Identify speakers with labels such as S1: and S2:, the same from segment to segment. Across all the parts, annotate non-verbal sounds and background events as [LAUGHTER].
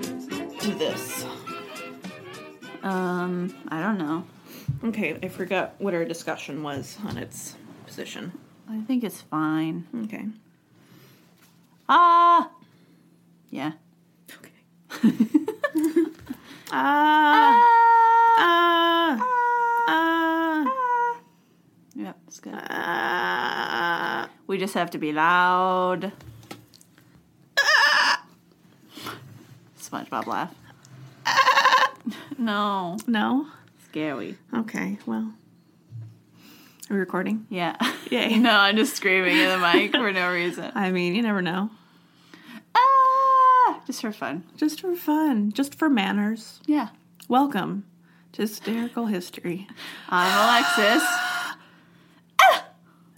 S1: do this?
S2: Um, I don't know.
S1: Okay, I forgot what our discussion was on its position.
S2: I think it's fine.
S1: Okay.
S2: Ah. Yeah. [LAUGHS]
S1: Okay. Ah. Ah. Ah.
S2: Yep, it's good.
S1: Ah.
S2: We just have to be loud. Ah! SpongeBob laugh. no.
S1: No.
S2: Ah! Scary.
S1: Okay. Well. Are we recording?
S2: Yeah.
S1: Yay.
S2: [LAUGHS] no, I'm just screaming in the mic for no reason.
S1: I mean, you never know.
S2: [LAUGHS] Ah! Just for fun.
S1: Just for fun. Just for manners.
S2: Yeah.
S1: Welcome to hysterical history.
S2: I'm Alexis.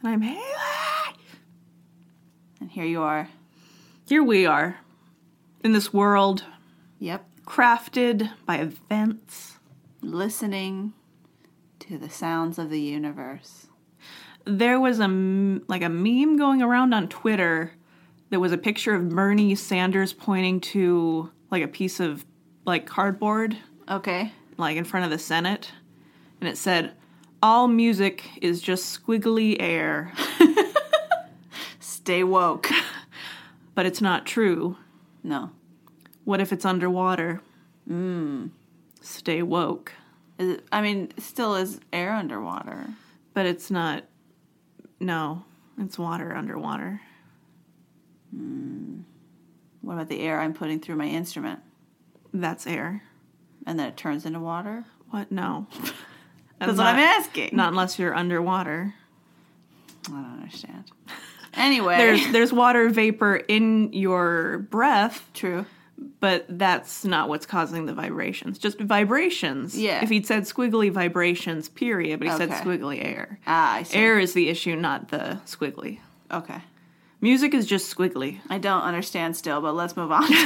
S1: And I'm Haley.
S2: And here you are.
S1: Here we are, in this world
S2: Yep.
S1: crafted by events.
S2: Listening to the sounds of the universe.
S1: there was a m- like a meme going around on Twitter that was a picture of Bernie Sanders pointing to like a piece of like cardboard
S2: Okay.
S1: like in front of the Senate and it said all music is just squiggly air
S2: Stay woke. [LAUGHS]
S1: but it's not true
S2: no.
S1: what if it's underwater mm stay woke
S2: Is it, I mean, it still is air underwater.
S1: but it's not no it's water underwater
S2: What about the air I'm putting through my instrument?
S1: that's air
S2: And then it turns into water?
S1: what no [LAUGHS]
S2: That's what I'm asking.
S1: not unless you're underwater
S2: I don't understand. Anyway.
S1: there's there's water vapor in your breath,
S2: True.
S1: but that's not what's causing the vibrations. Just vibrations.
S2: Yeah.
S1: If he'd said squiggly vibrations, period, but he said
S2: Okay.
S1: squiggly air.
S2: Ah, I see.
S1: Air is the issue, not the squiggly.
S2: Okay.
S1: Music is just squiggly.
S2: I don't understand still, but let's move on. [LAUGHS]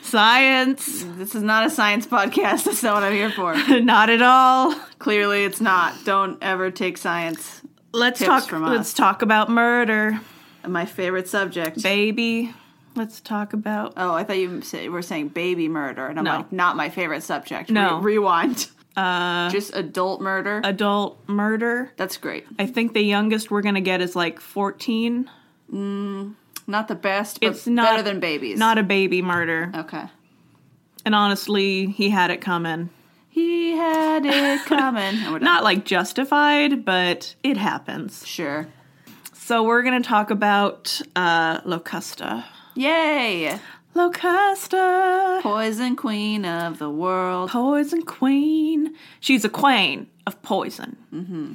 S1: Science, [LAUGHS]
S2: this is not a science podcast. [LAUGHS] That's not what I'm here for.
S1: not at all.
S2: Clearly, it's not. Don't ever take science.
S1: Let's
S2: Tips
S1: talk.
S2: from us.
S1: let's talk about murder,
S2: My favorite subject.
S1: baby. Let's talk about
S2: oh, I thought you sa- were saying baby murder, and I'm
S1: No.
S2: like, not my favorite subject.
S1: No.
S2: Re- rewind. Uh, [LAUGHS] Just adult murder.
S1: adult murder.
S2: That's great.
S1: I think the youngest we're gonna get is like fourteen.
S2: Not the best, but
S1: It's not-
S2: better than babies.
S1: Not a baby murder.
S2: okay.
S1: And honestly, he had it coming.
S2: He had it
S1: [LAUGHS]
S2: coming. And we're done.
S1: Not like justified, but it happens.
S2: sure.
S1: So we're going to talk about uh, Locusta.
S2: Yay!
S1: Locusta,
S2: Poison queen of the world.
S1: poison queen. She's a queen of poison. Mm-hmm.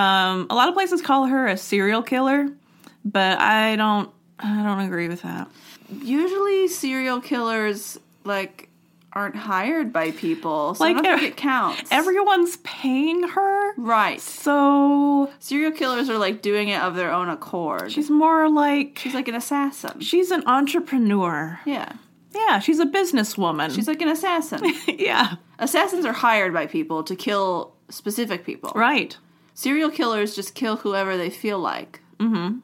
S1: Um, a lot of places call her a serial killer, but I don't. I don't agree with that.
S2: Usually, serial killers like aren't hired by people, so
S1: Like,
S2: I don't
S1: ev-
S2: think it counts.
S1: Everyone's paying her,
S2: right.
S1: so
S2: Serial killers are like doing it of their own accord. She's,
S1: she's more like
S2: like an assassin.
S1: she's an entrepreneur.
S2: yeah.
S1: Yeah, she's a businesswoman.
S2: She's like
S1: [LAUGHS]
S2: an assassin.
S1: yeah,
S2: Assassins are hired by people to kill specific people.
S1: right.
S2: Serial killers just kill whoever they feel like. Mm-hmm.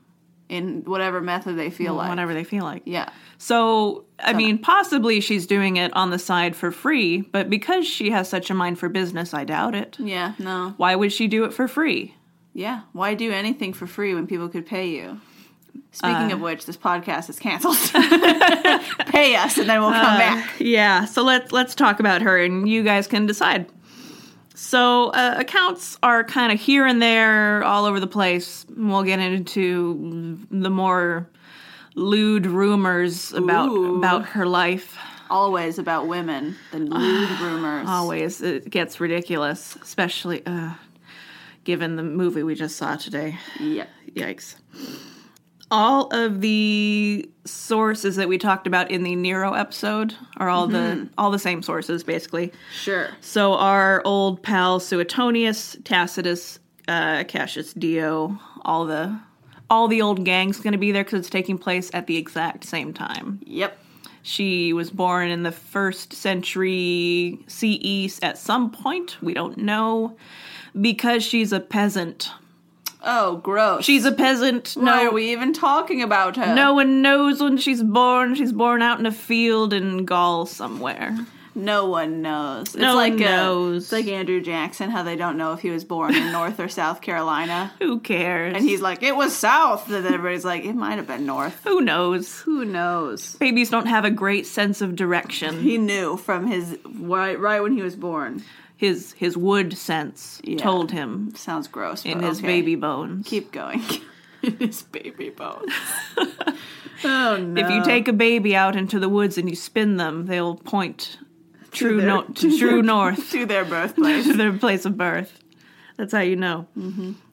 S2: In whatever method they feel like.
S1: Whenever they feel like.
S2: Yeah.
S1: So, I mean, possibly she's doing it on the side for free, but because she has such a mind for business, I doubt it.
S2: Yeah, no.
S1: Why would she do it for free?
S2: Yeah. Why do anything for free when people could pay you?
S1: Uh.
S2: Speaking of which, this podcast is canceled. [LAUGHS] pay us and then we'll come
S1: Uh.
S2: back.
S1: Yeah, so let's let's talk about her and you guys can decide. So, uh, accounts are kind of here and there all over the place. We'll get into the more lewd rumors about
S2: Ooh.
S1: about her life.
S2: Always about women,
S1: [SIGHS]
S2: the lewd rumors.
S1: Always it gets ridiculous, especially uh, given the movie we just saw today.
S2: Yep.
S1: Yikes. All of the sources that we talked about in the Nero episode are all the all the same sources basically.
S2: Sure.
S1: So our old pal Suetonius, Tacitus, uh, Cassius Dio, all the all the old gang's going to be there because it's taking place at the exact same time.
S2: Yep.
S1: She was born in the first century E CE at some point. We don't know because she's a peasant.
S2: Oh, gross.
S1: She's a peasant.
S2: Why
S1: No,
S2: are we even talking about her?
S1: no one knows when she's born. She's born out in a field in Gaul somewhere.
S2: No one knows. It's
S1: No
S2: like
S1: one
S2: uh,
S1: knows.
S2: it's like Andrew Jackson, how they don't know if he was born in North or South Carolina.
S1: Who cares?
S2: And he's like, it was South. And then everybody's like, it might have been North.
S1: who knows?
S2: Who knows?
S1: Babies don't have a great sense of direction.
S2: He knew from his right, right when he was born.
S1: His his wood sense
S2: Yeah.
S1: told him
S2: Sounds gross.
S1: in
S2: but
S1: his
S2: okay.
S1: baby bones. [LAUGHS]
S2: Keep going. in his baby bones. [LAUGHS] oh no!
S1: If you take a baby out into the woods and you spin them, they'll point true
S2: their-
S1: no- to true north
S2: [LAUGHS] to their birthplace, [LAUGHS]
S1: to [LAUGHS] their place of birth. That's how you know.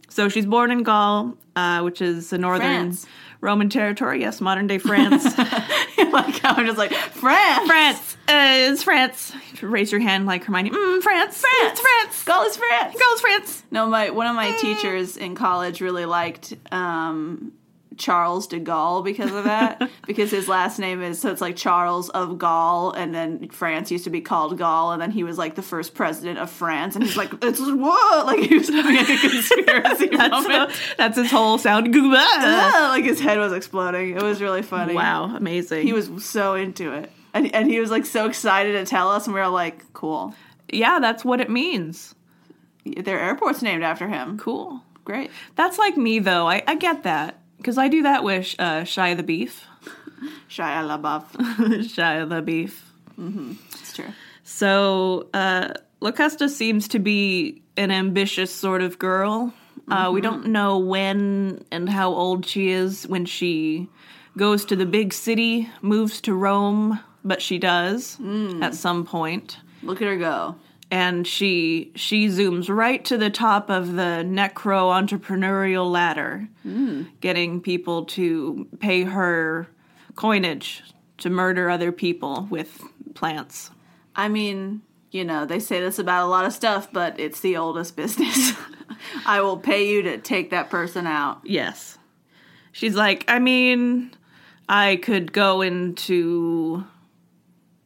S1: So she's born in Gaul, uh, which is the northern
S2: France.
S1: Roman territory. Yes, modern day France.
S2: like I'm just like France.
S1: France. Uh, it's France. Raise your hand like Hermione. Mm, France. France. It's France.
S2: Gaul is France.
S1: Gaul's France.
S2: No, my one of my
S1: Eh.
S2: teachers in college really liked um, Charles de Gaulle because of
S1: [LAUGHS]
S2: that. because his last name is so it's like Charles of Gaul, and then France used to be called Gaul, and then he was like the first president of France, and he's like, [LAUGHS] it's what like
S1: [LAUGHS]
S2: he was having like a conspiracy
S1: That's,
S2: moment.
S1: [LAUGHS] that's his whole sound.
S2: [LAUGHS]
S1: Goodbye.
S2: Ah, like his head was exploding. It was really funny.
S1: wow, amazing.
S2: he was so into it. And, and he was like so excited to tell us, and we were like, cool.
S1: yeah, that's what it means.
S2: Their airport's named after him.
S1: Cool.
S2: Great.
S1: That's like me though. I, I get that because I do that with uh, Shia the Beef. [LAUGHS]
S2: Shia LaBeouf.
S1: Shia the Beef.
S2: It's true.
S1: So uh, Locusta seems to be an ambitious sort of girl. Uh, we don't know when and how old she is when she goes to the big city, moves to Rome, but she does at some point.
S2: Look at her go.
S1: And she she zooms right to the top of the necro entrepreneurial ladder, getting people to pay her coinage to murder other people with plants.
S2: I mean, you know, they say this about a lot of stuff, but it's the oldest [LAUGHS] business. I will pay you to take that person out.
S1: Yes. She's like, I mean, I could go into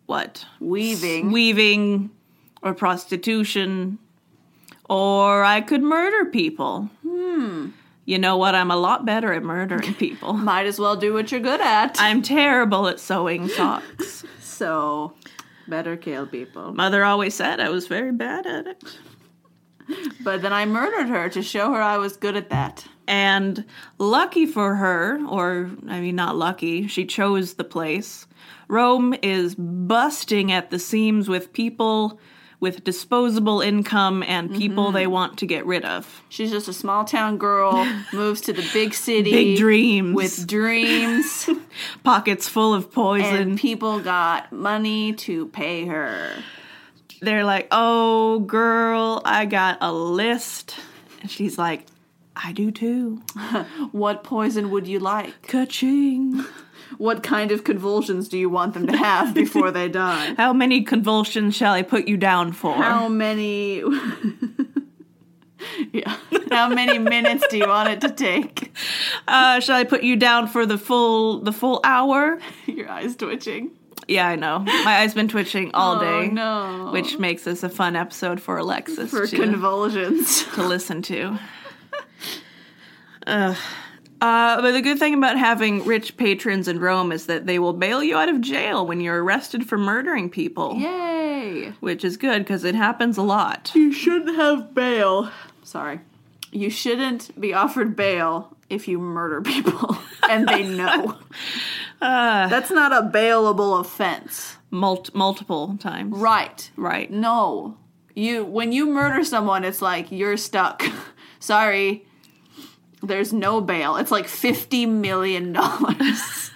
S1: what?
S2: Weaving.
S1: Weaving or prostitution, or I could murder people. Hmm. You know what? I'm a lot better at murdering people.
S2: Might as well do what you're good at.
S1: I'm terrible at sewing socks.
S2: so, better kill people.
S1: Mother always said I was very bad at it.
S2: But then I murdered her to show her I was good at that.
S1: And lucky for her, or I mean, not lucky, she chose the place. Rome is busting at the seams with people with disposable income and people
S2: Mm-hmm.
S1: they want to get rid of.
S2: She's just a small
S1: [LAUGHS]
S2: town girl, moves to the big city.
S1: Big dreams [LAUGHS]
S2: With dreams,
S1: pockets full of poison.
S2: and people got money to pay her.
S1: They're like, oh, girl, I got a list. And she's like, I do too.
S2: What poison would you like?
S1: Ka-ching.
S2: What kind of convulsions do you want them to have before they die?
S1: How many convulsions shall I put you down for?
S2: How many? [LAUGHS] yeah. How many minutes do you want it to take?
S1: Uh, shall I put you down for the full the full hour?
S2: Your eyes twitching
S1: Yeah, I know. My eyes been twitching all
S2: Oh
S1: day,
S2: no.
S1: which makes this a fun episode for Alexis
S2: for
S1: to,
S2: convulsions.
S1: to listen to. [LAUGHS] Ugh. Uh, but the good thing about having rich patrons in Rome is that they will bail you out of jail when you're arrested for murdering people,
S2: Yay!
S1: which is good because it happens a lot.
S2: You shouldn't have bail. Sorry. You shouldn't be offered bail if you murder people [LAUGHS] and they know. [LAUGHS] That's not a bailable offense.
S1: Mult- multiple times.
S2: Right.
S1: Right.
S2: No. You when you murder someone, it's like you're stuck. [LAUGHS] Sorry. There's no bail. It's like fifty million dollars.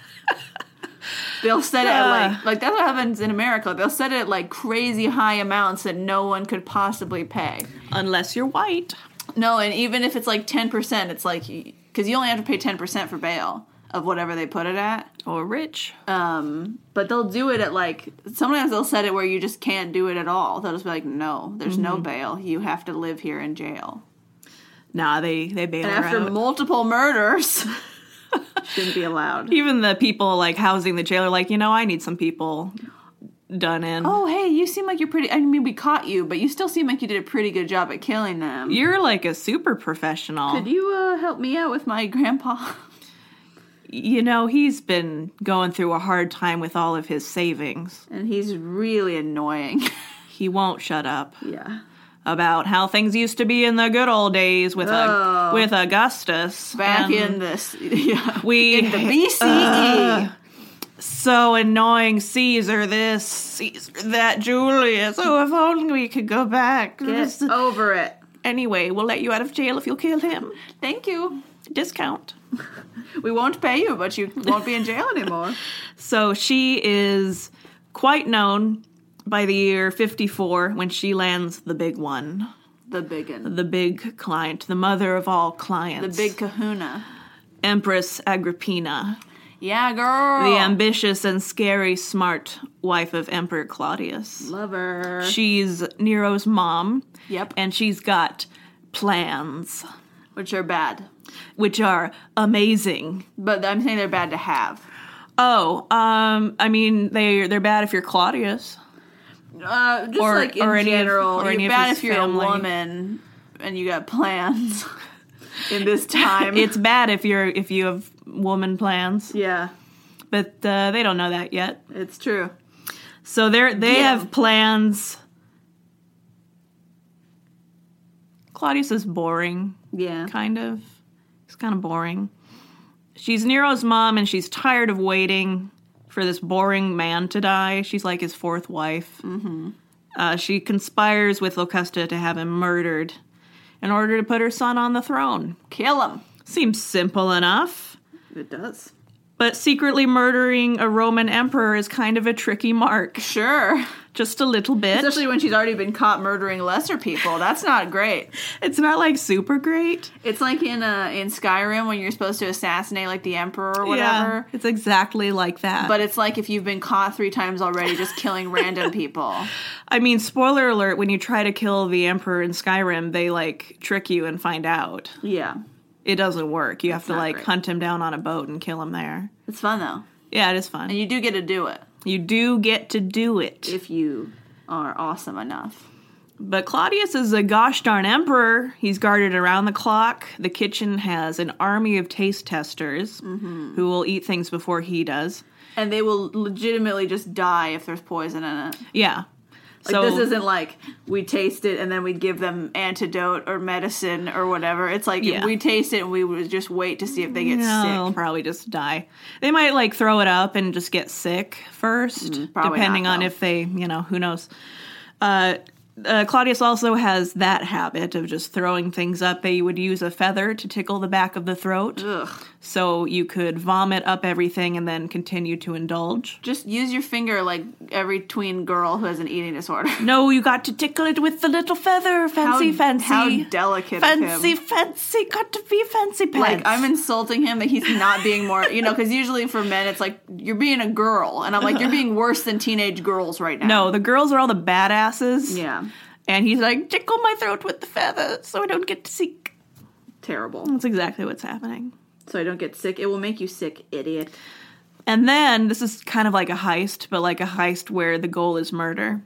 S2: They'll set it at
S1: Yeah.
S2: like like that's what happens in America. They'll set it at like crazy high amounts that no one could possibly pay.
S1: Unless you're white.
S2: No, and even if it's like ten percent, it's like because you only have to pay ten percent for bail of whatever they put it at.
S1: Or rich.
S2: Um, but they'll do it at like sometimes they'll set it where you just can't do it at all. They'll just be like, no, there's no bail. You have to live here in jail.
S1: Nah, they, they bail
S2: And
S1: her
S2: after
S1: out.
S2: multiple murders, [LAUGHS] shouldn't be allowed.
S1: Even the people like housing the jail are like, you know, I need some people done in.
S2: Oh, hey, you seem like you're pretty. I mean, we caught you, but you still seem like you did a pretty good job at killing them.
S1: You're like a super professional.
S2: Could you uh, help me out with my grandpa?
S1: you know, he's been going through a hard time with all of his savings.
S2: And he's really [LAUGHS] annoying.
S1: He won't shut up
S2: yeah.
S1: about how things used to be in the good old days with a,
S2: Oh.
S1: with Augustus
S2: Back
S1: And
S2: in this, [LAUGHS] yeah,
S1: we
S2: in
S1: [LAUGHS]
S2: the E. BCE.
S1: so annoying Caesar this Caesar that Julius. Oh, if only we could go back. This-
S2: Get over it.
S1: Anyway, we'll let you out of jail if you'll kill him.
S2: Thank you.
S1: Discount.
S2: We won't pay you, but you won't be in jail [LAUGHS] anymore.
S1: So she is quite known by the year 54 when she lands the big one,
S2: The big one.
S1: the big client, the mother of all
S2: The
S1: clients,
S2: big kahuna.
S1: Empress Agrippina,
S2: Yeah, girl.
S1: the ambitious and scary smart wife of Emperor Claudius.
S2: Lover.
S1: She's Nero's mom,
S2: Yep.
S1: and she's got plans,
S2: Which are bad.
S1: which are amazing.
S2: But I'm saying they're bad to have.
S1: Oh, um, I mean, they they're bad if you're Claudius.
S2: Uh, just
S1: Or-
S2: like in
S1: or any of-
S2: general,
S1: or
S2: you're
S1: any of
S2: bad
S1: his
S2: if you're
S1: family.
S2: a woman and you got plans [LAUGHS] in [LAUGHS] this time.
S1: It's bad if you're if you have woman plans.
S2: yeah,
S1: but uh, they don't know that yet.
S2: it's true.
S1: So they're they
S2: Yeah.
S1: have plans. Claudius is boring,
S2: Yeah,
S1: kind of. He's kind of boring. She's Nero's mom, and she's tired of waiting for this boring man to die. She's like his fourth wife. Mm-hmm. Uh, she conspires with Locusta to have him murdered in order to put her son on the throne.
S2: kill him.
S1: Seems simple enough.
S2: It does.
S1: But secretly murdering a Roman emperor is kind of a tricky mark.
S2: Sure,
S1: Just a little bit.
S2: especially when she's already been caught murdering lesser people. That's not great.
S1: it's not like super great.
S2: It's like in uh, in Skyrim when you're supposed to assassinate like the emperor or whatever.
S1: it's exactly like that.
S2: But it's like if you've been caught three times already, just
S1: [LAUGHS]
S2: killing random people.
S1: I mean, spoiler alert, when you try to kill the emperor in Skyrim, they like trick you and find out.
S2: Yeah,
S1: It doesn't work. You have to
S2: not
S1: like
S2: great.
S1: hunt him down on a boat and kill him there.
S2: it's fun though,
S1: Yeah, it is fun.
S2: and you do get to do it
S1: you do get to do it.
S2: if you are awesome enough.
S1: But Claudius is a gosh darn emperor. He's guarded around the clock. The kitchen has an army of taste testers
S2: Mm-hmm.
S1: who will eat things before he does.
S2: and they will legitimately just die if there's poison in it.
S1: Yeah.
S2: Like this isn't like we taste it and then we give them antidote or medicine or whatever. It's like
S1: Yeah.
S2: we taste it and we would just wait to see if they get
S1: no, they'll probably just die. They might like throw it up and just get sick first,
S2: Mm, probably
S1: depending
S2: not,
S1: on
S2: though.
S1: if they, you know, who knows. Uh, uh, Claudius also has that habit of just throwing things up. They would use a feather to tickle the back of the throat,
S2: sick. Ugh.
S1: so you could vomit up everything and then continue to indulge.
S2: Just use your finger like every tween girl who has an eating disorder.
S1: No, you got to tickle it with the little feather. Fancy, fancy.
S2: How delicate of
S1: fancy,
S2: him.
S1: fancy. Got to be fancy pants.
S2: Like I'm insulting him that he's not being more, you know, because usually for men it's like you're being a girl, and I'm like you're being worse than teenage girls right now.
S1: No, the girls are all the badasses.
S2: yeah,
S1: And he's like, tickle my throat with the feather so I don't get sick.
S2: terrible.
S1: That's exactly what's happening.
S2: So I don't get sick. It will make you sick, idiot.
S1: And then this is kind of like a heist, but like a heist where the goal is murder.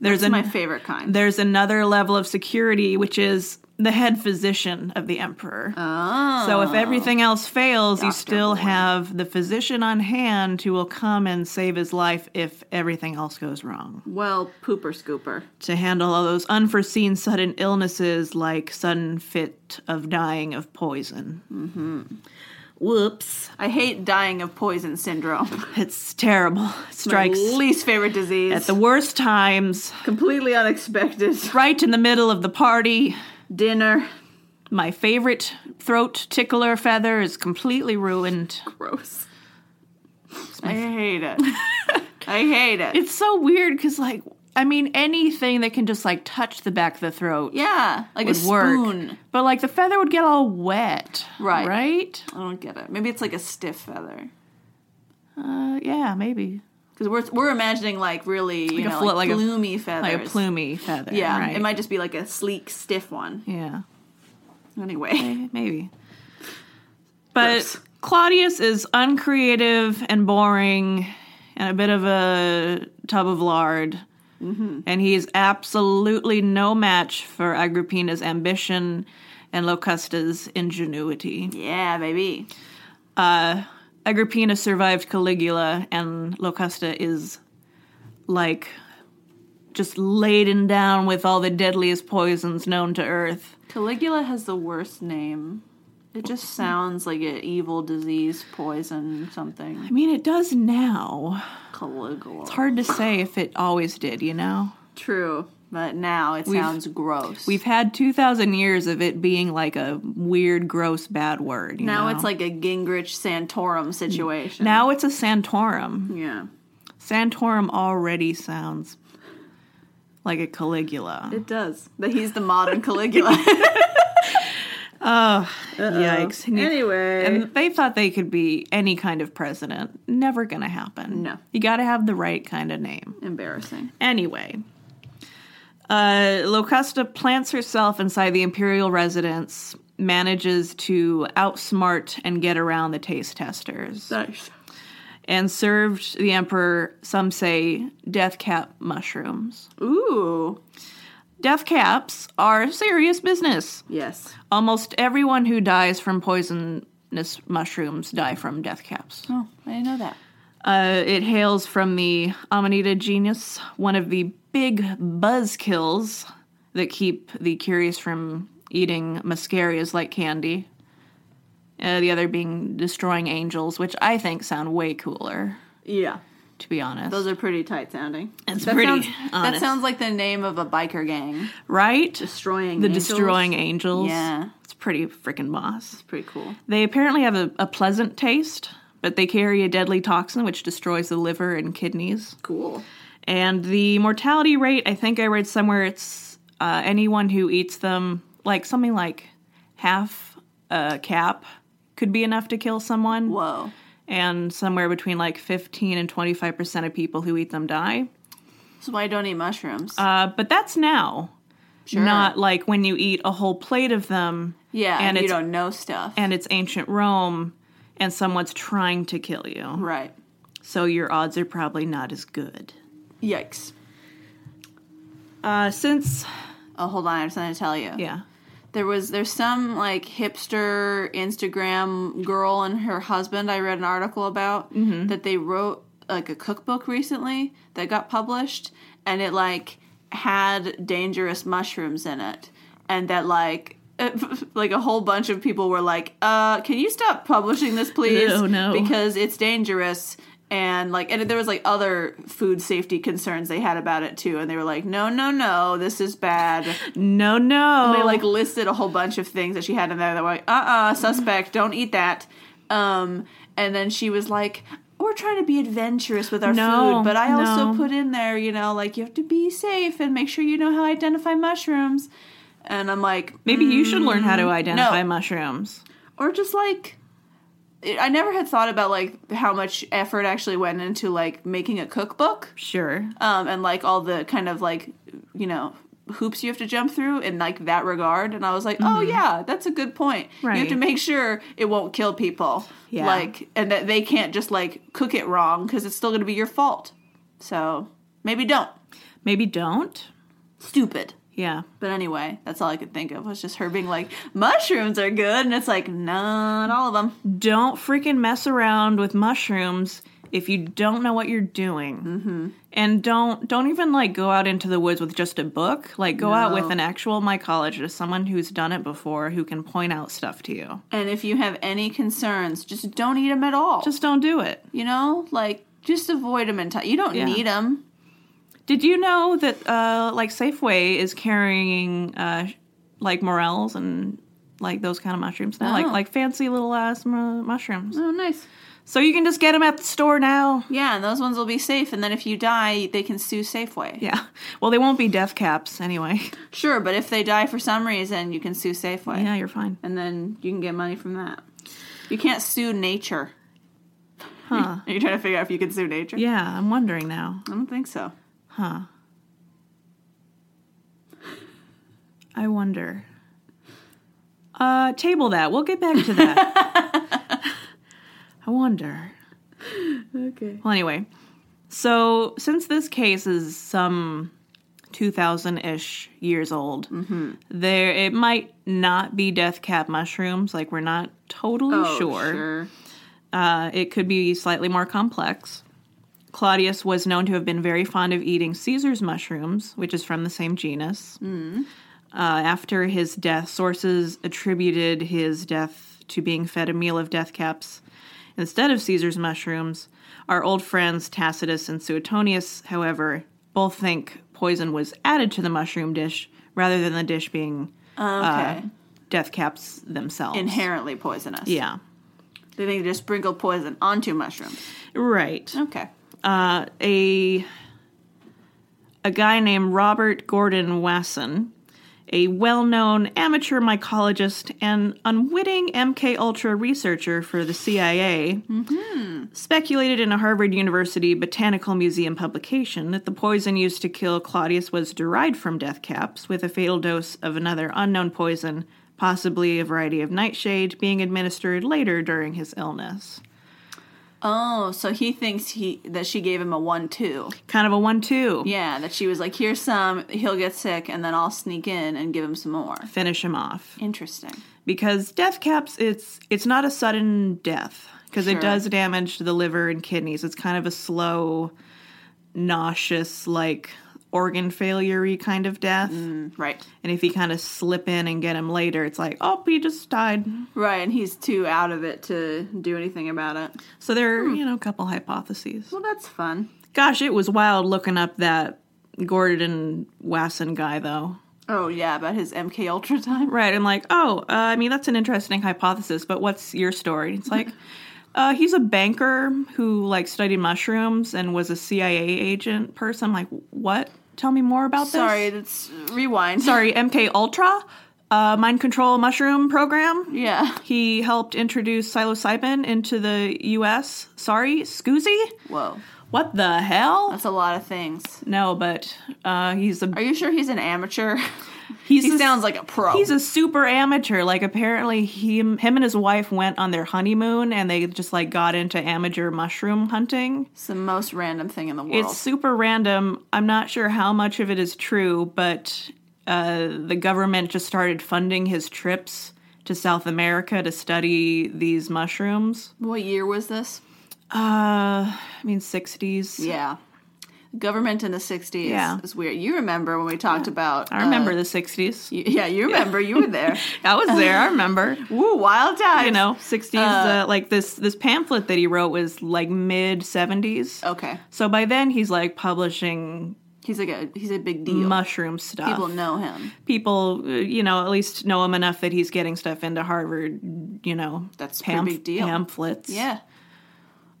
S1: There's
S2: It's
S1: an,
S2: my favorite kind.
S1: there's another level of security, which is the head physician of the emperor.
S2: Oh.
S1: So if everything else fails, you
S2: Dr.
S1: still
S2: Boy.
S1: have the physician on hand who will come and save his life if everything else goes wrong.
S2: Well, pooper scooper.
S1: to handle all those unforeseen sudden illnesses like sudden fit of dying of poison. Mm-hmm. Whoops.
S2: I hate dying of poison syndrome. [LAUGHS]
S1: It's terrible. It strikes
S2: My least favorite disease.
S1: at the worst times,
S2: completely unexpected
S1: right in the middle of the party.
S2: dinner.
S1: My favorite throat tickler feather is completely ruined.
S2: Gross. I
S1: [LAUGHS]
S2: hate it. I hate it.
S1: It's so weird because, like, I mean, anything that can just like touch the back of the throat
S2: Yeah, like a
S1: would work.
S2: spoon.
S1: But like the feather would get all wet.
S2: Right.
S1: Right?
S2: I don't get it. Maybe it's like a stiff feather.
S1: Uh, yeah, maybe.
S2: Because we're we're imagining like really you
S1: Like a
S2: know
S1: fl-
S2: like,
S1: like a-
S2: plumy feathers.
S1: Like a plumey feather.
S2: Yeah,
S1: right.
S2: it might just be like a sleek, stiff one.
S1: Yeah,
S2: Anyway,
S1: eh, maybe. But
S2: Gross.
S1: Claudius is uncreative and boring, and a bit of a tub of lard. And he is absolutely no match for Agrippina's ambition and Locusta's ingenuity.
S2: [LAUGHS] Yeah, baby.
S1: Agrippina survived Caligula, and Locusta is like just laden down with all the deadliest poisons known to earth.
S2: Caligula has the worst name. It just sounds like an evil disease, poison, something.
S1: I mean, it does now.
S2: Caligula.
S1: It's hard to say if it always did, you know?
S2: True, but now it sounds gross.
S1: We've had 2,000 years of it being like a weird, gross, bad word. you
S2: now
S1: know?
S2: it's like a Gingrich Santorum situation.
S1: Now it's a Santorum.
S2: yeah,
S1: Santorum already sounds like a Caligula.
S2: it does. But he's the modern Caligula.
S1: [LAUGHS] Yikes. And you-
S2: anyway,
S1: And they thought they could be any kind of president. Never gonna happen.
S2: No.
S1: You gotta have the right kind of name.
S2: embarrassing.
S1: Anyway, uh, Locusta plants herself inside the imperial residence, manages to outsmart and get around the taste testers,
S2: Nice.
S1: and served the emperor, some say, death cap mushrooms.
S2: Ooh,
S1: Death caps are serious business.
S2: yes.
S1: Almost everyone who dies from poisonous mushrooms die from death caps.
S2: Oh, I didn't know that.
S1: Uh, it hails from the Amanita genus, one of the big buzzkills that keep the curious from eating muscarias like candy. Uh, the other being destroying angels, which I think sound way cooler,
S2: Yeah,
S1: to be honest.
S2: those are pretty tight sounding.
S1: It's
S2: that
S1: pretty
S2: Sounds, that
S1: honest.
S2: sounds like the name of a biker gang.
S1: right?
S2: Destroying
S1: the
S2: Angels.
S1: destroying angels.
S2: Yeah.
S1: It's pretty freaking boss.
S2: Pretty cool.
S1: They apparently have a, a pleasant taste, but they carry a deadly toxin which destroys the liver and kidneys.
S2: Cool.
S1: And the mortality rate, I think I read somewhere it's uh, anyone who eats them, like something like half a cap could be enough to kill someone.
S2: Whoa.
S1: And somewhere between like 15 and 25% of people who eat them die.
S2: So why don't eat mushrooms?
S1: Uh, but that's now,
S2: Sure.
S1: not like when you eat a whole plate of them
S2: yeah,
S1: and
S2: and you
S1: it's-
S2: don't know stuff.
S1: and it's ancient Rome and someone's trying to kill you.
S2: right.
S1: So your odds are probably not as good.
S2: Yikes.
S1: Uh, since,
S2: Oh, hold on. I have something to tell you.
S1: yeah.
S2: There was there's some like hipster Instagram girl and her husband. I read an article about
S1: Mm-hmm.
S2: that they wrote like a cookbook recently that got published, and it like had dangerous mushrooms in it, and that like. [LAUGHS] Like a whole bunch of people were like, "Uh, can you stop publishing this, please?
S1: [LAUGHS] Oh, no.
S2: because it's dangerous." And like, and there was like other food safety concerns they had about it too. And they were like, "No, no, no, this is bad."
S1: No, no.
S2: they like listed a whole bunch of things that she had in there that were like, uh uh suspect, don't eat that. Um, and then she was like, we're trying to be adventurous with our
S1: No,
S2: food, but I also
S1: no.
S2: put in there, you know, like you have to be safe and make sure you know how to identify mushrooms. And I'm like,
S1: Maybe you should learn how to identify mushrooms.
S2: or just like it- I never had thought about like how much effort actually went into like making a cookbook.
S1: Sure.
S2: um, and like all the kind of like you know hoops you have to jump through in like that regard and i was like oh yeah that's a good point you have to
S1: Mm-hmm. Right.
S2: make sure it won't kill people
S1: Yeah.
S2: like and that they can't just like cook it wrong because it's still going to be your fault so maybe don't
S1: Maybe don't.
S2: stupid
S1: Yeah.
S2: but anyway that's all i could think of was just her being like mushrooms are good and it's like not all of them
S1: Don't freaking mess around with mushrooms if you don't know what you're doing. Mm-hmm. And don't don't even like go out into the woods with just a book. Like go out with
S2: No.
S1: an actual mycologist, someone who's done it before, who can point out stuff to you.
S2: and if you have any concerns just don't eat them at all
S1: Just don't do it.
S2: you know like just avoid them and you don't
S1: Yeah.
S2: need them
S1: Did you know that uh, like Safeway is carrying uh, like morels and like those kind of mushrooms now, like
S2: Oh.
S1: like fancy little ass mu- mushrooms.
S2: oh nice
S1: So you can just get them at the store now.
S2: Yeah, and those ones will be safe. And then if you die, they can sue Safeway.
S1: Yeah. Well, they won't be death caps anyway.
S2: Sure, but if they die for some reason, you can sue Safeway.
S1: Yeah, you're fine.
S2: And then you can get money from that. You can't sue nature. [LAUGHS]
S1: Huh.
S2: Are you trying to figure out if you can sue nature?
S1: Yeah, I'm wondering now.
S2: I don't think so.
S1: Huh. I wonder. Uh, table that. We'll get back to that. I wonder.
S2: Okay.
S1: Well, anyway, So, since this case is some 2000 ish years old, there it might not be death cap mushrooms. Like, we're not totally
S2: Oh,
S1: sure. Uh, it could be slightly more complex. Claudius was known to have been very fond of eating Caesar's mushrooms, which is from the same genus. Uh, after his death, sources attributed his death to being fed a meal of death caps instead of Caesar's mushrooms. Our old friends Tacitus and Suetonius, however, both think poison was added to the mushroom dish rather than the dish being Uh,
S2: Okay.
S1: [LAUGHS] death caps themselves.
S2: Inherently poisonous.
S1: yeah.
S2: They think they just sprinkle poison onto mushrooms.
S1: Right.
S2: Okay.
S1: uh, a a guy named Robert Gordon Wasson, a well-known amateur mycologist and unwitting MK Ultra researcher for the CIA, speculated in a Harvard University Botanical Museum publication that the poison used to kill Claudius was derived from death caps, with a fatal dose of another unknown poison, possibly a variety of nightshade, being administered later during his illness.
S2: Oh, so he thinks he that she gave him a one two.
S1: Kind of a one-two.
S2: Yeah, that she was like, here's some, he'll get sick, and then I'll sneak in and give him some more.
S1: Finish him off.
S2: Interesting.
S1: because death caps it's it's not a sudden death because
S2: Sure.
S1: it does damage to the liver and kidneys it's kind of a slow nauseous like organ failure kind of death
S2: Mm, right.
S1: and if you kind of slip in and get him later it's like oh he just died
S2: Right, and he's too out of it to do anything about it.
S1: so there are
S2: Hmm.
S1: you know a couple hypotheses
S2: Well, that's fun.
S1: gosh it was wild looking up that gordon wasson guy though
S2: Oh yeah, about his MK
S1: [LAUGHS]
S2: Ultra time.
S1: Right. I'm like, oh, uh, I mean, that's an interesting hypothesis, but what's your story? It's
S2: [LAUGHS]
S1: like, uh, he's a banker who like studied mushrooms and was a CIA agent person. I'm like, what? Tell me more about
S2: Sorry,
S1: this.
S2: that's rewind.
S1: Sorry, MK Ultra, uh, mind control mushroom program.
S2: Yeah.
S1: He helped introduce psilocybin into the U.S. Sorry, Scoozy.
S2: Whoa,
S1: What the hell?
S2: that's a lot of things.
S1: No, but uh, he's a
S2: Are you sure he's an
S1: [LAUGHS]
S2: amateur?
S1: he's
S2: he
S1: a-
S2: sounds like a pro.
S1: He's a super amateur. Like apparently him him and his wife went on their honeymoon and they just like got into amateur mushroom hunting.
S2: it's the most random thing in the world.
S1: It's super random. I'm not sure how much of it is true, but uh, the government just started funding his trips to South America to study these mushrooms.
S2: what year was this?
S1: Uh, I mean 60s.
S2: Yeah. Government in the 60s
S1: Yeah.
S2: is weird. You remember when we talked about.
S1: I remember
S2: uh,
S1: the 60s.
S2: y- yeah, you remember.
S1: [LAUGHS]
S2: You were there.
S1: I was there. I remember.
S2: Woo, wild times.
S1: You know, 60s. Uh, like this this pamphlet that he wrote was like mid 70s.
S2: Okay.
S1: So by then he's like publishing
S2: He's like a he's a big deal.
S1: mushroom stuff.
S2: People
S1: People,
S2: know him.
S1: uh, you know, at least know him enough that he's getting stuff into Harvard. You know,
S2: That's a pretty big deal.
S1: Pamphlets,
S2: Yeah.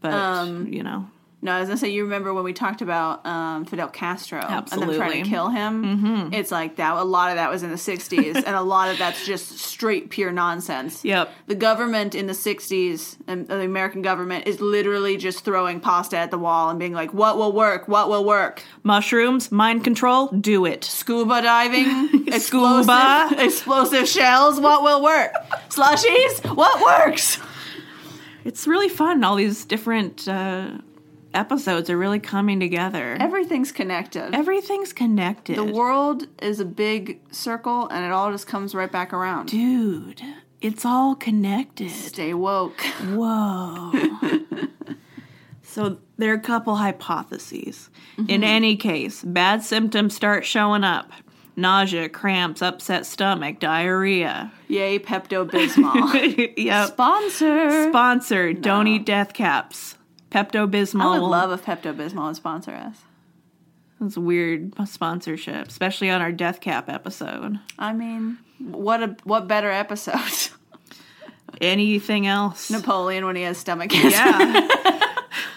S1: But
S2: Um,
S1: you know,
S2: No, I was gonna say you remember when we talked about um, Fidel Castro and them trying
S1: Absolutely.
S2: to kill him. Mm-hmm. It's like that. A lot of that was in the '60s, and a lot of that's just straight pure nonsense.
S1: yep,
S2: The government in the '60s and the American government is literally just throwing pasta at the wall and being like, "What will work? What will work?
S1: mushrooms, mind control, do it.
S2: [LAUGHS] Scuba diving, explosive,
S1: Scuba.
S2: explosive shells. What will work? Slushies. What works?
S1: It's really fun. All these different uh, episodes are really coming together.
S2: Everything's connected.
S1: Everything's connected.
S2: the world is a big circle, and it all just comes right back around.
S1: dude, it's all connected.
S2: Stay
S1: [LAUGHS]
S2: woke.
S1: Whoa. [LAUGHS] so there are a couple hypotheses.
S2: Mm-hmm.
S1: In any case, bad symptoms start showing up nausea, cramps, upset stomach,
S2: [GASPS]
S1: diarrhea.
S2: Yay, Pepto Bismol.
S1: yep.
S2: [LAUGHS] sponsor.
S1: Sponsor, don't eat death caps. Pepto
S2: I would
S1: Bismol.
S2: love if Pepto Bismol would sponsor us.
S1: That's weird sponsorship, especially on our death cap episode.
S2: I mean, what a what better episode? [LAUGHS]
S1: Anything else? [LAUGHS]
S2: Napoleon when he has stomach cancer.
S1: Yeah,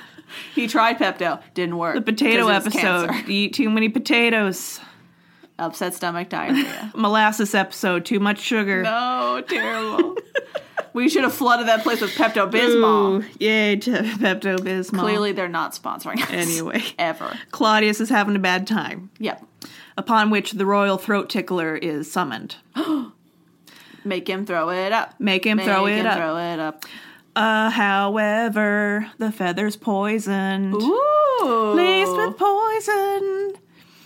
S2: [LAUGHS] he tried Pepto, didn't work.
S1: the potato
S2: 'cause it was
S1: episode.
S2: cancer.
S1: You eat too many potatoes.
S2: [LAUGHS] Upset stomach diarrhea.
S1: [LAUGHS] Molasses episode. Too much sugar.
S2: no, terrible. [LAUGHS] we should have flooded that place with Pepto
S1: Ooh,
S2: Bismol.
S1: [LAUGHS] yay, to Pepto Bismol.
S2: Clearly, they're not sponsoring us
S1: Anyway,
S2: [LAUGHS] ever.
S1: Claudius is having a bad time,
S2: Yep.
S1: upon which the royal throat tickler is summoned.
S2: Make him throw it up.
S1: Make him throw
S2: Make
S1: it
S2: him
S1: up.
S2: Throw it up.
S1: Uh, however, the feather's poisoned.
S2: Ooh.
S1: Laced with poison.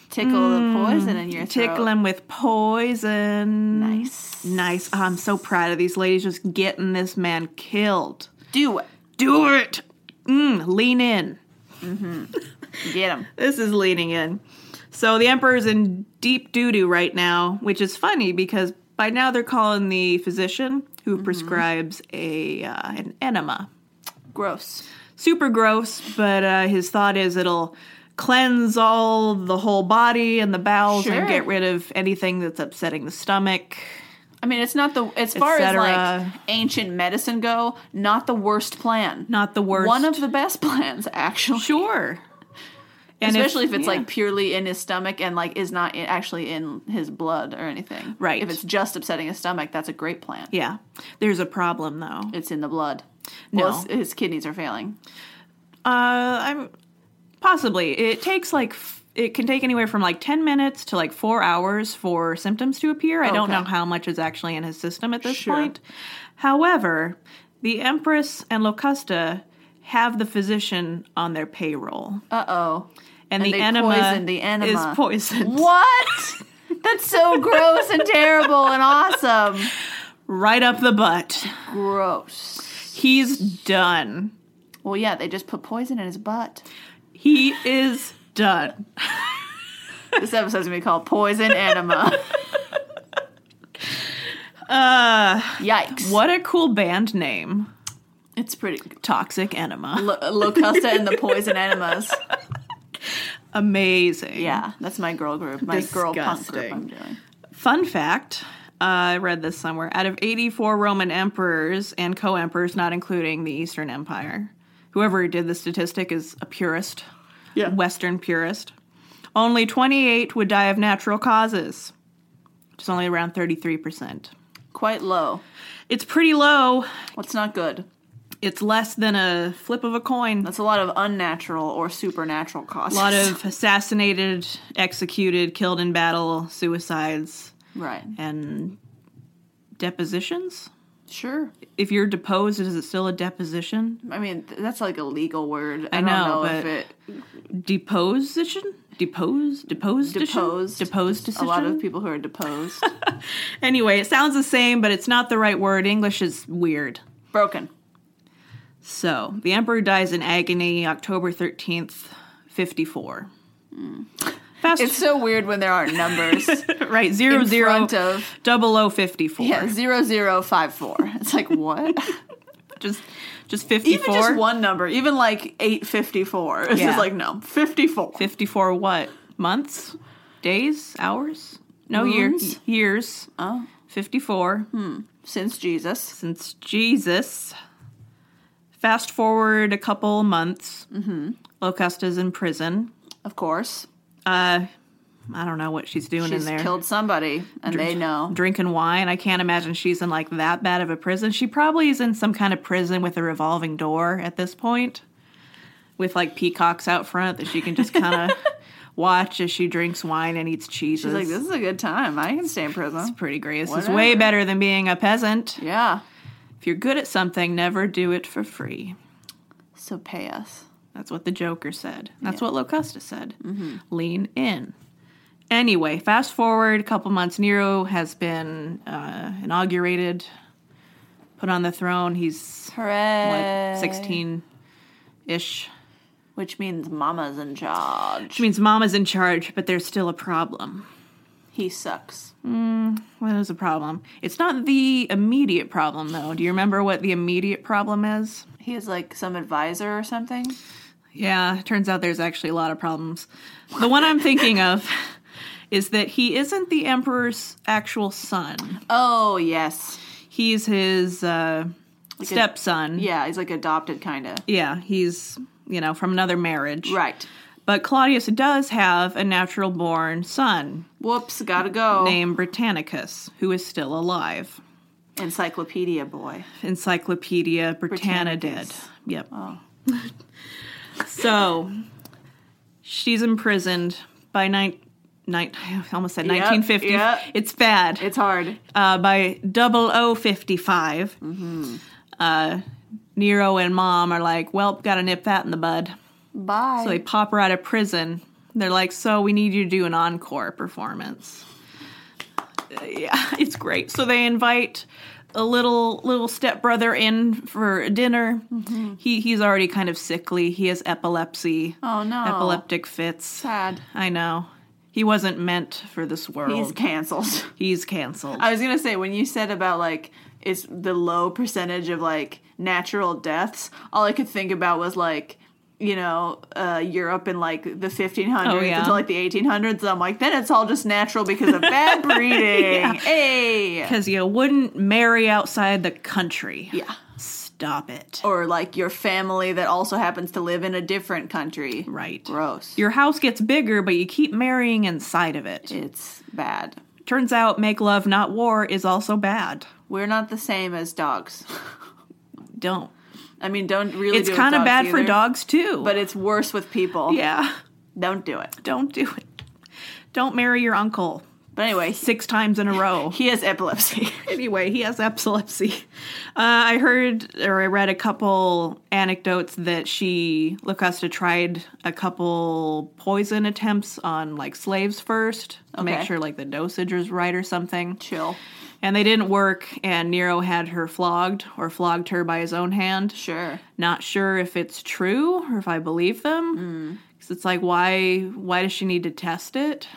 S2: Tickle
S1: Hmm.
S2: the poison in your throat.
S1: Tickle him with poison.
S2: Nice.
S1: Nice. Oh, I'm so proud of these ladies just getting this man killed.
S2: Do it.
S1: Do it. Mm, lean in.
S2: Get him.
S1: This is leaning in. So the emperor's in deep doo doo right now, which is funny because by now they're calling the physician who
S2: Mm-hmm.
S1: prescribes a uh, an enema.
S2: Gross.
S1: Super gross, but uh, his thought is it'll cleanse all the whole body and the bowels
S2: Sure.
S1: and get rid of anything that's upsetting the stomach.
S2: I mean, it's not the as far as
S1: cetera.
S2: like ancient medicine go, not the worst plan.
S1: Not the worst.
S2: One of the best [LAUGHS] plans, actually.
S1: sure. And
S2: Especially if, it's
S1: yeah.
S2: like purely in his stomach and like is not i actually in his blood or anything.
S1: Right.
S2: If it's just upsetting his stomach, that's a great plan.
S1: yeah, there's a problem though.
S2: It's in the blood.
S1: No.
S2: Well, his, his kidneys are failing.
S1: Uh, I'm possibly. It takes like f- it can take anywhere from like ten minutes to like four hours for symptoms to appear. I don't
S2: Okay.
S1: know how much is actually in his system at this
S2: Sure.
S1: point. However, the Empress and Locusta have the physician on their payroll,
S2: Uh oh.
S1: and, the
S2: they
S1: enema
S2: poisoned the enema.
S1: is poisoned [LAUGHS]
S2: What? That's so gross and terrible
S1: [LAUGHS]
S2: and awesome.
S1: right up the butt.
S2: Gross.
S1: He's done.
S2: Well, yeah, they just put poison in his butt.
S1: He is done.
S2: This episode's gonna be called Poison Enema.
S1: Uh,
S2: Yikes.
S1: what a cool band name,
S2: It's pretty.
S1: Toxic Enema.
S2: Lo- Locusta and the Poison Enemas.
S1: Amazing.
S2: Yeah, that's my girl group. My girl punk group
S1: Disgusting.
S2: I'm doing.
S1: Fun fact uh, I read this somewhere. Out of 84 Roman emperors and co emperors, not including the Eastern Empire, whoever did the statistic is a purist,
S2: Yeah.
S1: Western purist. Only 28 would die of natural causes, which is only around 33%.
S2: Quite low.
S1: It's pretty low.
S2: What's not good?
S1: It's less than a flip of a coin.
S2: That's a lot of unnatural or supernatural causes.
S1: A lot of assassinated, executed, killed in battle, suicides,
S2: [LAUGHS] right.
S1: and depositions.
S2: Sure.
S1: if you're deposed, is it still a deposition?
S2: I mean, th- that's like a legal word. I,
S1: I
S2: don't
S1: know,
S2: know if
S1: but
S2: it.
S1: Deposition? Depose? Deposed?
S2: Deposed.
S1: Deposed decision?
S2: A lot of people who are deposed.
S1: Anyway, it sounds the same, but it's not the right word. English is weird.
S2: Broken.
S1: So, the emperor dies in agony October 13th, 54. Fast,
S2: It's so weird when there are numbers
S1: [LAUGHS] right, [LAUGHS] zero
S2: in
S1: zero
S2: front of.
S1: double oh, o fifty four.
S2: Yeah, zero zero five four. It's like what?
S1: Just just
S2: [LAUGHS] even
S1: 54.
S2: just one number, even like eight fifty four. It's
S1: Yeah.
S2: just like no fifty four.
S1: 54 what? Months? Days? Hours? No years.
S2: Moons?
S1: Years.
S2: Oh,
S1: 54.
S2: since Jesus.
S1: since Jesus. Fast forward a couple months. Mm-hmm. Locusta's in prison.
S2: Of course.
S1: Uh, I don't know what she's doing in
S2: She's
S1: there.
S2: killed somebody, and they know.
S1: Drinking wine. I can't imagine she's in like that bad of a prison. She probably is in some kind of prison with a revolving door at this point, with like peacocks out front that she can just
S2: [LAUGHS]
S1: kind of watch as she drinks wine and eats cheeses.
S2: She's like, this is a good time. I can stay in prison.
S1: Pretty great. This is way
S2: Whatever.
S1: better than being a peasant.
S2: Yeah.
S1: If you're good at something, never do it for free.
S2: So pay us.
S1: That's what the Joker said. That's what Locusta said. Lean in. Anyway, fast forward a couple months. Nero has been uh, inaugurated, put on the throne. He's
S2: Hooray.
S1: like sixteen ish,
S2: Which means mama's in charge.
S1: which means Mama's in charge, but there's still a problem.
S2: He sucks.
S1: What is the problem? It's not the immediate problem though. Do you remember what the immediate problem is?
S2: He has like some advisor or something.
S1: Yeah, it turns out there's actually a lot of problems. The one I'm thinking of is that he isn't the emperor's actual son.
S2: Oh, yes.
S1: He's his uh, stepson. yeah.
S2: Yeah, he's like adopted, kind of.
S1: he's you know from another marriage.
S2: Right.
S1: But Claudius does have a natural born son
S2: Whoops, gotta go.
S1: named Britannicus, who is still alive.
S2: Encyclopedia boy.
S1: Encyclopedia Britannia did.
S2: Britannicus. Oh.
S1: Yep. [LAUGHS] so she's imprisoned by nine. Nine, I almost said 1950.
S2: yep.
S1: It's bad.
S2: It's hard.
S1: oh
S2: Mm-hmm.
S1: uh, by 0055. Uh, Nero and mom are like, well, gotta nip that in the bud.
S2: Bye.
S1: So they pop her out of prison. They're like, so we need you to do an encore performance. Uh, Yeah, [LAUGHS] it's great. So they invite a little little stepbrother in for dinner. He he's already kind of sickly. He has epilepsy.
S2: Mm-hmm. oh no.
S1: Epileptic fits.
S2: Sad.
S1: I know. He wasn't meant for this world.
S2: He's Oh.
S1: He's,
S2: canceled. [LAUGHS]
S1: canceled.
S2: I was gonna say when you said about like it's the low percentage of like natural deaths, all I could think about was like you know uh, Europe in like the 1500s
S1: Oh, yeah.
S2: until like the 1800s. I'm like then it's all just natural because
S1: [LAUGHS]
S2: of bad breeding. Hey,
S1: Because you wouldn't marry outside the country.
S2: yeah. Oh.
S1: Stop it.
S2: Or like your family that also happens to live in a different country.
S1: Right.
S2: Gross.
S1: Your house gets bigger, but you keep marrying inside of it.
S2: it's bad.
S1: Turns out make love, not war, is also bad.
S2: We're not the same as dogs.
S1: Don't.
S2: I mean, don't really.
S1: it's
S2: do it with
S1: kind of
S2: dogs
S1: bad for
S2: either,
S1: dogs, too.
S2: but it's worse with people.
S1: yeah, [LAUGHS]
S2: Don't do it.
S1: don't do it. Don't marry your uncle
S2: But anyway,
S1: six times in a
S2: [LAUGHS]
S1: row.
S2: He has epilepsy.
S1: anyway, he has epilepsy. Uh, I heard or I read a couple anecdotes that she, Lacosta, tried a couple poison attempts on like slaves first to
S2: Okay.
S1: make sure like the dosage was right or something.
S2: Chill.
S1: And they didn't work, and Nero had her flogged or flogged her by his own hand.
S2: Sure.
S1: Not sure if it's true or if I believe them.
S2: Mm.
S1: Because it's like, why? Why does she need to test it?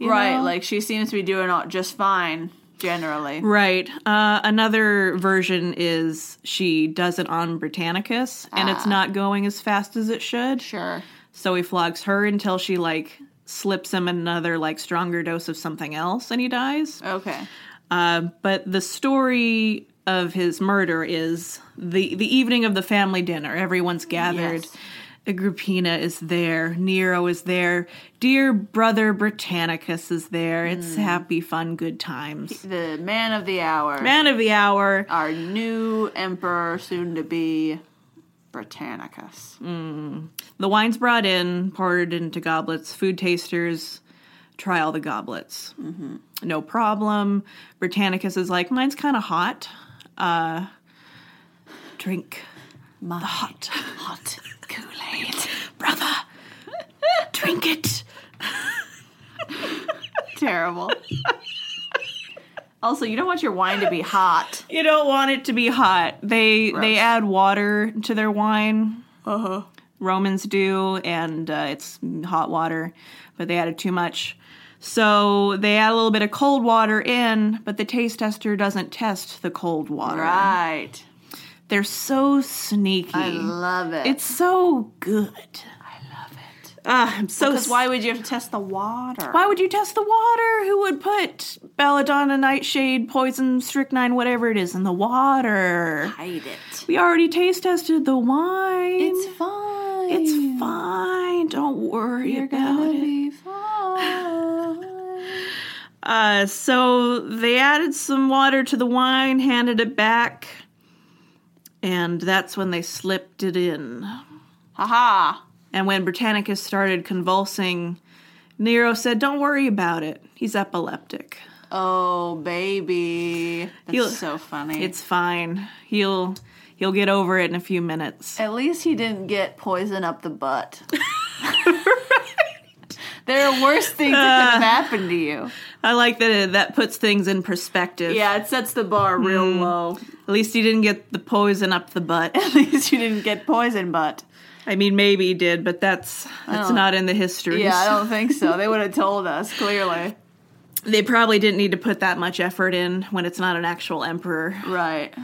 S1: You
S2: right.
S1: know?
S2: Like she seems to be doing all, just fine generally.
S1: Right. Uh, another version is she does it on Britannicus, and
S2: Ah.
S1: it's not going as fast as it should.
S2: Sure.
S1: So he flogs her until she like slips him another like stronger dose of something else, and he dies.
S2: Okay.
S1: Uh, but the story of his murder is the the evening of the family dinner. Everyone's gathered.
S2: Yes.
S1: Agrippina is there. Nero is there. Dear brother Britannicus is there. It's happy, fun, good times.
S2: The man of the hour.
S1: Man of the hour.
S2: Our new emperor, soon to be Britannicus.
S1: The wine's brought in, poured into goblets. Food tasters try all the goblets. Mm-hmm. No problem. Britannicus is like, mine's kind of hot. Uh, drink
S2: My
S1: hot,
S2: hot Kool Aid.
S1: brother. drink it.
S2: [LAUGHS] Terrible. Also, you don't want your wine to be hot.
S1: You don't want it to be hot. They
S2: Gross.
S1: they add water to their wine.
S2: Uh huh.
S1: Romans do, and uh, it's hot water, but they added too much. So they add a little bit of cold water in, but the taste tester doesn't test the cold water.
S2: Right.
S1: They're so sneaky.
S2: I love it.
S1: it's so good.
S2: I love it.
S1: Ah, I'm so.
S2: Because why would you have to test the water?
S1: why would you test the water? Who would put belladonna, nightshade, poison, strychnine, whatever it is, in the water?
S2: Hide it.
S1: We already taste tested the wine.
S2: It's fine.
S1: It's fine. Don't worry
S2: You're
S1: about
S2: gonna
S1: it.
S2: be fine.
S1: Uh, so they added some water to the wine, handed it back, and that's when they slipped it in.
S2: Haha.
S1: And when Britannicus started convulsing, Nero said, Don't worry about it. He's epileptic.
S2: Oh baby. That's
S1: He'll-
S2: so funny.
S1: It's fine. He'll he'll get over it in a few minutes.
S2: at least he didn't get poison up
S1: [LAUGHS]
S2: the butt. [LAUGHS] There are worse things that could have happened to you.
S1: I like that it, that puts things in perspective.
S2: Yeah, it sets the bar real
S1: Hmm.
S2: low. [LAUGHS]
S1: At least he didn't get the poison up the butt.
S2: At least you didn't get poison butt.
S1: I mean maybe he did, but that's that's
S2: don't-
S1: not in the history.
S2: Oh. Yeah, I don't think so. They would have told us clearly.
S1: they probably didn't need to put that much effort in when it's not an actual emperor.
S2: Right.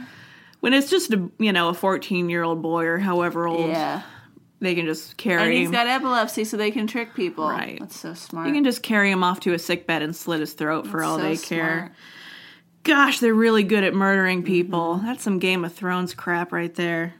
S1: When it's just a you know a fourteen year old boy or however old,
S2: Yeah.
S1: they can just carry
S2: And he's
S1: him.
S2: got epilepsy, so they can trick people.
S1: Right.
S2: That's so smart.
S1: you can just carry him off to a sick bed and slit his throat for all
S2: so
S1: they care.
S2: smart.
S1: Gosh, they're really good at
S2: Mm-hmm.
S1: murdering people. That's some Game of Thrones crap right there.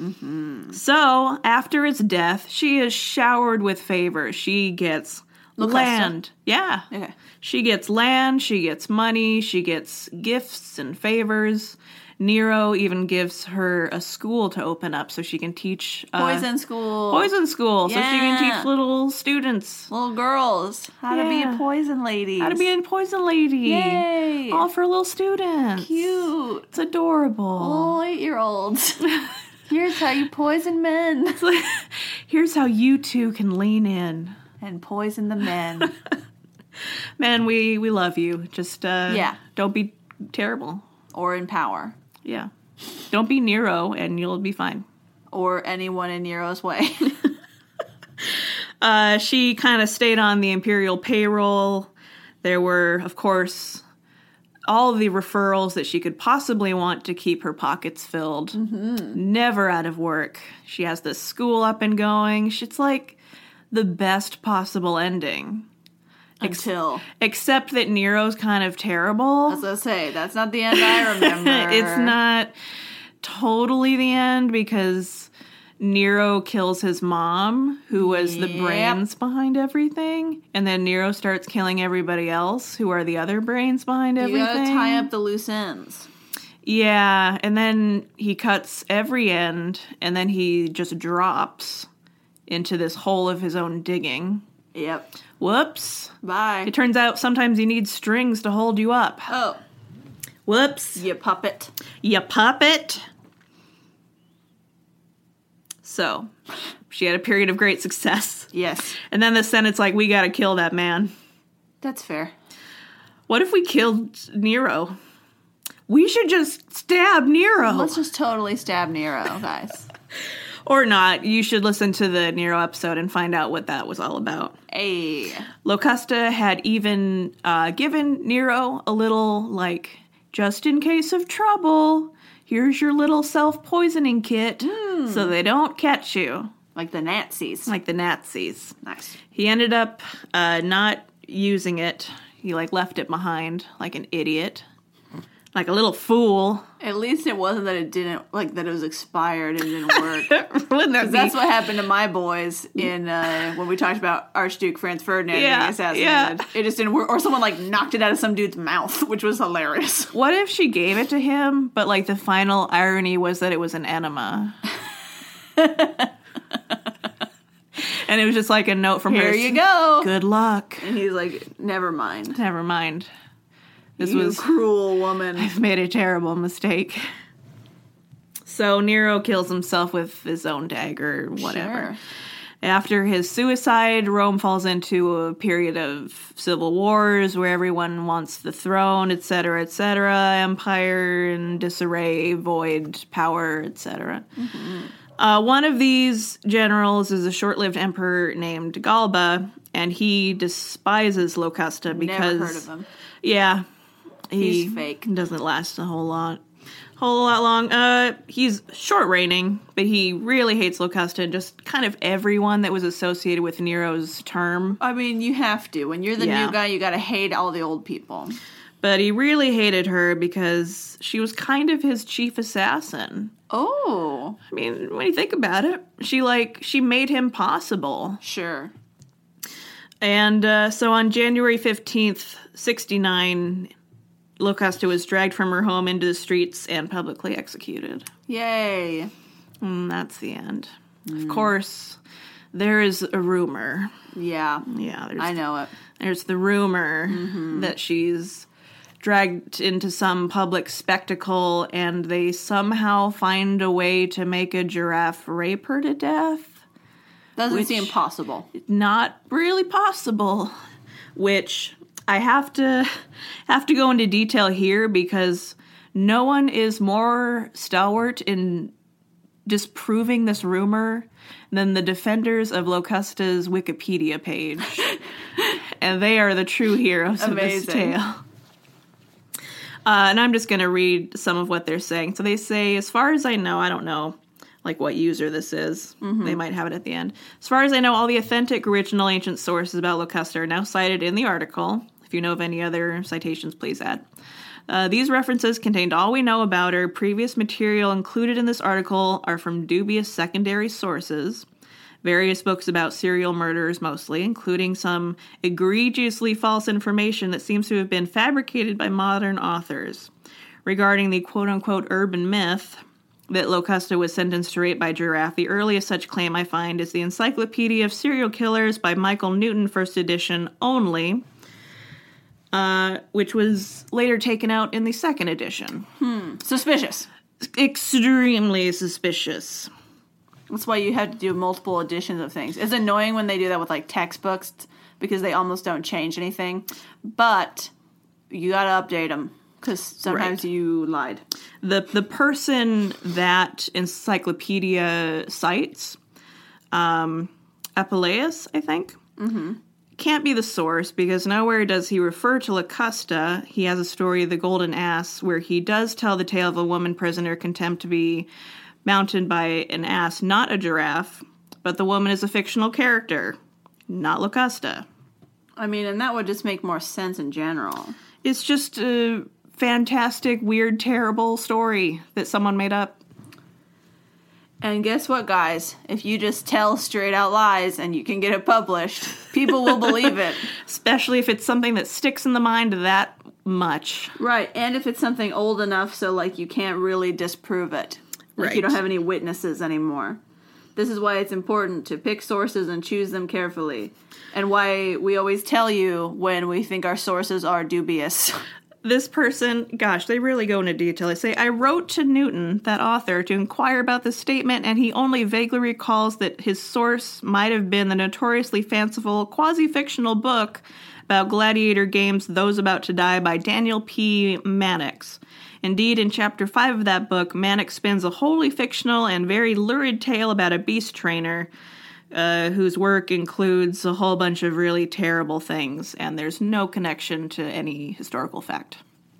S1: Mm-hmm. So after his death, she is showered with favor. She gets
S2: Locusta.
S1: land. Yeah.
S2: Okay.
S1: She gets land, she gets money, she gets gifts and favors. Nero even gives her a school to open up so she can teach uh,
S2: Poison school.
S1: poison school, so she can
S2: Yeah.
S1: teach little students
S2: Little girls. How to be a
S1: Yeah.
S2: poison lady.
S1: how to be a poison lady.
S2: Yay.
S1: All for little students.
S2: cute. Oh,
S1: It's adorable. [LAUGHS]
S2: Little eight year olds. Here's how you poison men
S1: Here's how you two can lean in.
S2: and poison the men.
S1: Man, we we love you. Just uh
S2: Yeah.
S1: don't be terrible.
S2: or in power
S1: Yeah. Don't be Nero and you'll be fine.
S2: or anyone in
S1: [LAUGHS]
S2: Nero's way.
S1: Uh, she kind of stayed on the imperial payroll. There were, of course, all the referrals that she could possibly want to keep her pockets filled.
S2: Mm-hmm.
S1: Never out of work. She has this school up and going. She- It's like the best possible ending,
S2: Until
S1: except that Nero's kind of terrible.
S2: as I say, that's not the end I remember.
S1: [LAUGHS] it's not totally the end because Nero kills his mom, who was the
S2: Yep.
S1: brains behind everything, and then Nero starts killing everybody else, who are the other brains behind
S2: You
S1: everything.
S2: gotta tie up the loose ends.
S1: Yeah, and then he cuts every end, and then he just drops into this hole of his own digging.
S2: Yep.
S1: Whoops.
S2: Bye.
S1: It turns out sometimes you need strings to hold you up.
S2: Oh,
S1: Whoops.
S2: you puppet.
S1: You puppet. So she had a period of great success.
S2: Yes,
S1: And then the Senate's like, we gotta kill that man.
S2: that's fair.
S1: What if we killed Nero? We should just stab Nero.
S2: Let's just totally stab Nero, guys.
S1: or not. You should listen to the Nero episode and find out what that was all about.
S2: hey,
S1: Locusta had even uh, given Nero a little, like, just in case of trouble, here's your little self poisoning kit so they don't catch you.
S2: like the Nazis.
S1: like the Nazis.
S2: nice.
S1: He ended up uh, not using it. He like left it behind, like an idiot, like a little fool. [LAUGHS]
S2: At least it wasn't that it didn't like that it was expired and didn't work. 'Cause
S1: Wouldn't that be-
S2: That's what happened to my boys in uh, when we talked about Archduke Franz Ferdinand
S1: Yeah,
S2: being assassinated.
S1: yeah.
S2: It just didn't work, or someone like knocked it out of some dude's mouth, [LAUGHS] which was hilarious.
S1: What if she gave it to him, but like the final irony was that it was an
S2: [LAUGHS]
S1: enema. and it was just like a note from
S2: Here
S1: her.
S2: you go.
S1: Good luck.
S2: And he's like, "Never mind.
S1: Never mind. This
S2: you
S1: was [LAUGHS]
S2: cruel [LAUGHS] woman."
S1: I've made a terrible mistake. So Nero kills himself with his own dagger, whatever.
S2: Sure.
S1: After his suicide, Rome falls into a period of civil wars where everyone wants the throne, etc., etc. Empire in disarray, void power, etc.
S2: Mm-hmm.
S1: Uh, one of these generals is a short-lived emperor named Galba, and he despises Locusta because
S2: Never heard of him.
S1: yeah, he
S2: He's fake.
S1: Doesn't last a whole lot, whole lot long. Uh, he's short reigning, but he really hates Locusta and just kind of everyone that was associated with Nero's term.
S2: I mean, you have to. When you're the
S1: Yeah.
S2: new guy, you gotta hate all the old people.
S1: But he really hated her because she was kind of his chief assassin.
S2: Oh,
S1: I mean, when you think about it, she like she made him possible.
S2: sure.
S1: And uh, so on January 15th, 69, Locusta was dragged from her home into the streets and publicly executed.
S2: Yay.
S1: And that's the end. Of course, there is a rumor.
S2: Yeah,
S1: Yeah, there's,
S2: I know it.
S1: there's the rumor that she's dragged into some public spectacle and they somehow find a way to make a giraffe rape her to death.
S2: Doesn't seem possible.
S1: not really possible which i have to have to go into detail here because no one is more stalwart in disproving this rumor than the defenders of locusta's wikipedia page and they are the true heroes of this
S2: Amazing.
S1: tale uh, and I'm just going to read some of what they're saying. So they say, as far as I know, I don't know like what user this is. They might have it at the end. As far as I know, all the authentic original ancient sources about Locusta are now cited in the article. If you know of any other citations, please add. Uh, these references contained all we know about her. Previous material included in this article are from dubious secondary sources. Various books about serial murders, mostly, including some egregiously false information that seems to have been fabricated by modern authors regarding the quote unquote urban myth that Locusta was sentenced to rape by giraffe. The earliest such claim I find is the Encyclopedia of Serial Killers by Michael Newton, first edition only, uh, which was later taken out in the second edition.
S2: Suspicious.
S1: extremely suspicious.
S2: That's why you have to do multiple editions of things. It's annoying when they do that with like textbooks because they almost don't change anything, but you got to update them because sometimes you lied.
S1: the the person that encyclopedia cites, um, Apuleius, I think, mm-hmm. can't be the source because nowhere does he refer to Lacusta. He has a story of the Golden Ass where he does tell the tale of a woman prisoner condemned to be mounted by an ass, not a giraffe, but the woman is a fictional character, not Lacusta.
S2: I mean, and that would just make more sense in general.
S1: It's just a fantastic, weird, terrible story that someone made up.
S2: And guess what, guys? If you just tell straight out lies and you can get it published, people will believe it.
S1: especially if it's something that sticks in the mind that much.
S2: Right. And if it's something old enough so like you can't really disprove it. Like you
S1: Right.
S2: don't have any witnesses anymore. This is why it's important to pick sources and choose them carefully. And why we always tell you when we think our sources are dubious. [LAUGHS]
S1: This person, gosh, they really go into detail. They say, I wrote to Newton, that author, to inquire about this statement, and he only vaguely recalls that his source might have been the notoriously fanciful, quasi fictional book about gladiator games, Those About to Die, by Daniel P. Mannix. Indeed, in chapter 5 of that book, Mannix spins a wholly fictional and very lurid tale about a beast trainer uh, whose work includes a whole bunch of really terrible things, and there's no connection to any historical fact.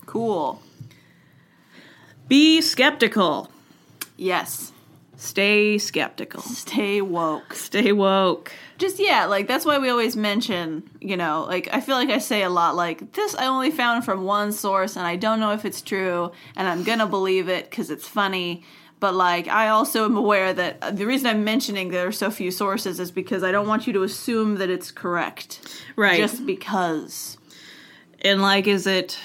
S2: cool.
S1: Be skeptical.
S2: Yes.
S1: Stay skeptical.
S2: Stay woke.
S1: Stay woke.
S2: just yeah like that's why we always mention you know like i feel like i say a lot like this i only found from one source and i don't know if it's true and i'm gonna believe it because it's funny but like i also am aware that uh, the reason i'm mentioning there are so few sources is because i don't want you to assume that it's correct
S1: Right.
S2: just because
S1: and like, is it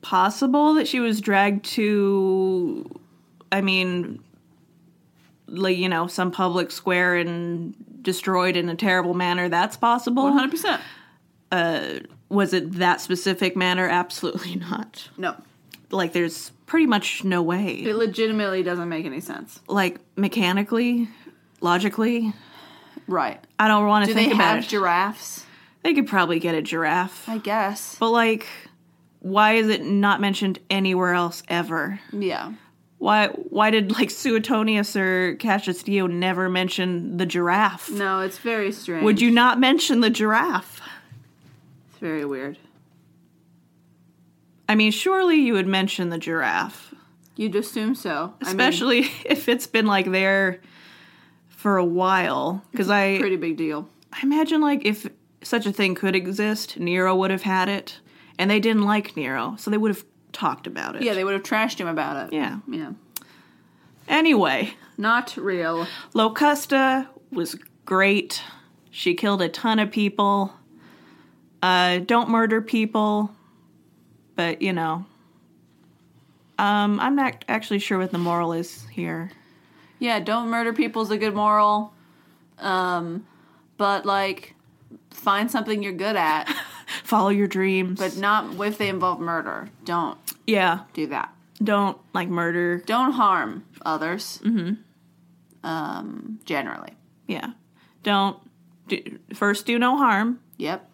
S1: possible that she was dragged to? I mean, like you know, some public square and destroyed in a terrible manner. That's possible.
S2: 100%
S1: Was it that specific manner? Absolutely [LAUGHS] not.
S2: no
S1: Like, there's pretty much no way.
S2: it legitimately doesn't make any sense
S1: like mechanically, logically.
S2: right
S1: I don't want to
S2: do they
S1: think about
S2: have
S1: it.
S2: giraffes
S1: they could probably get a giraffe,
S2: i guess
S1: but like, why is it not mentioned anywhere else ever?
S2: yeah
S1: Why? Why did like Suetonius or Cassiopeia never mention the giraffe?
S2: no it's very strange
S1: Would you not mention the giraffe?
S2: it's very weird
S1: I mean, surely you would mention the giraffe,
S2: you'd assume so I mean,
S1: especially [LAUGHS] if it's been like there for a while. Because I
S2: pretty big deal
S1: I imagine like if such a thing could exist, Nero would have had it, and they didn't like Nero, so they would have talked about it.
S2: Yeah, they would have trashed him about it.
S1: yeah.
S2: Yeah.
S1: Anyway,
S2: Not real.
S1: Locusta was great. She killed a ton of people. Uh, don't murder people, but you know. Um, I'm not actually sure what the moral is here.
S2: Yeah, don't murder people's a good moral. Um, but like find something you're good at,
S1: Follow your dreams,
S2: but not if they involve murder. Don't
S1: yeah,
S2: do that.
S1: don't like murder.
S2: Don't harm others. Mm-hmm. Um, generally.
S1: Yeah, don't do, first do no harm,
S2: Yep.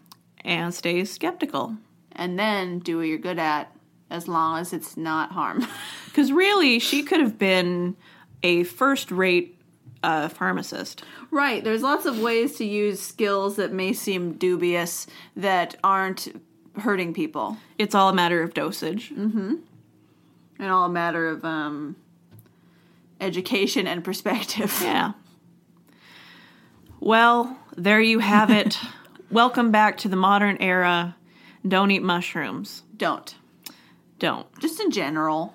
S1: and stay skeptical.
S2: And then do what you're good at as long as it's not harm. [LAUGHS]
S1: Because really, she could have been a first rate uh, pharmacist.
S2: Right. There's lots of ways to use skills that may seem dubious that aren't hurting people.
S1: It's all a matter of dosage.
S2: and all a matter of um, education and perspective.
S1: [LAUGHS] Yeah. Well, there you have it. Welcome back to the modern era. Don't eat mushrooms.
S2: Don't.
S1: Don't.
S2: Just in general.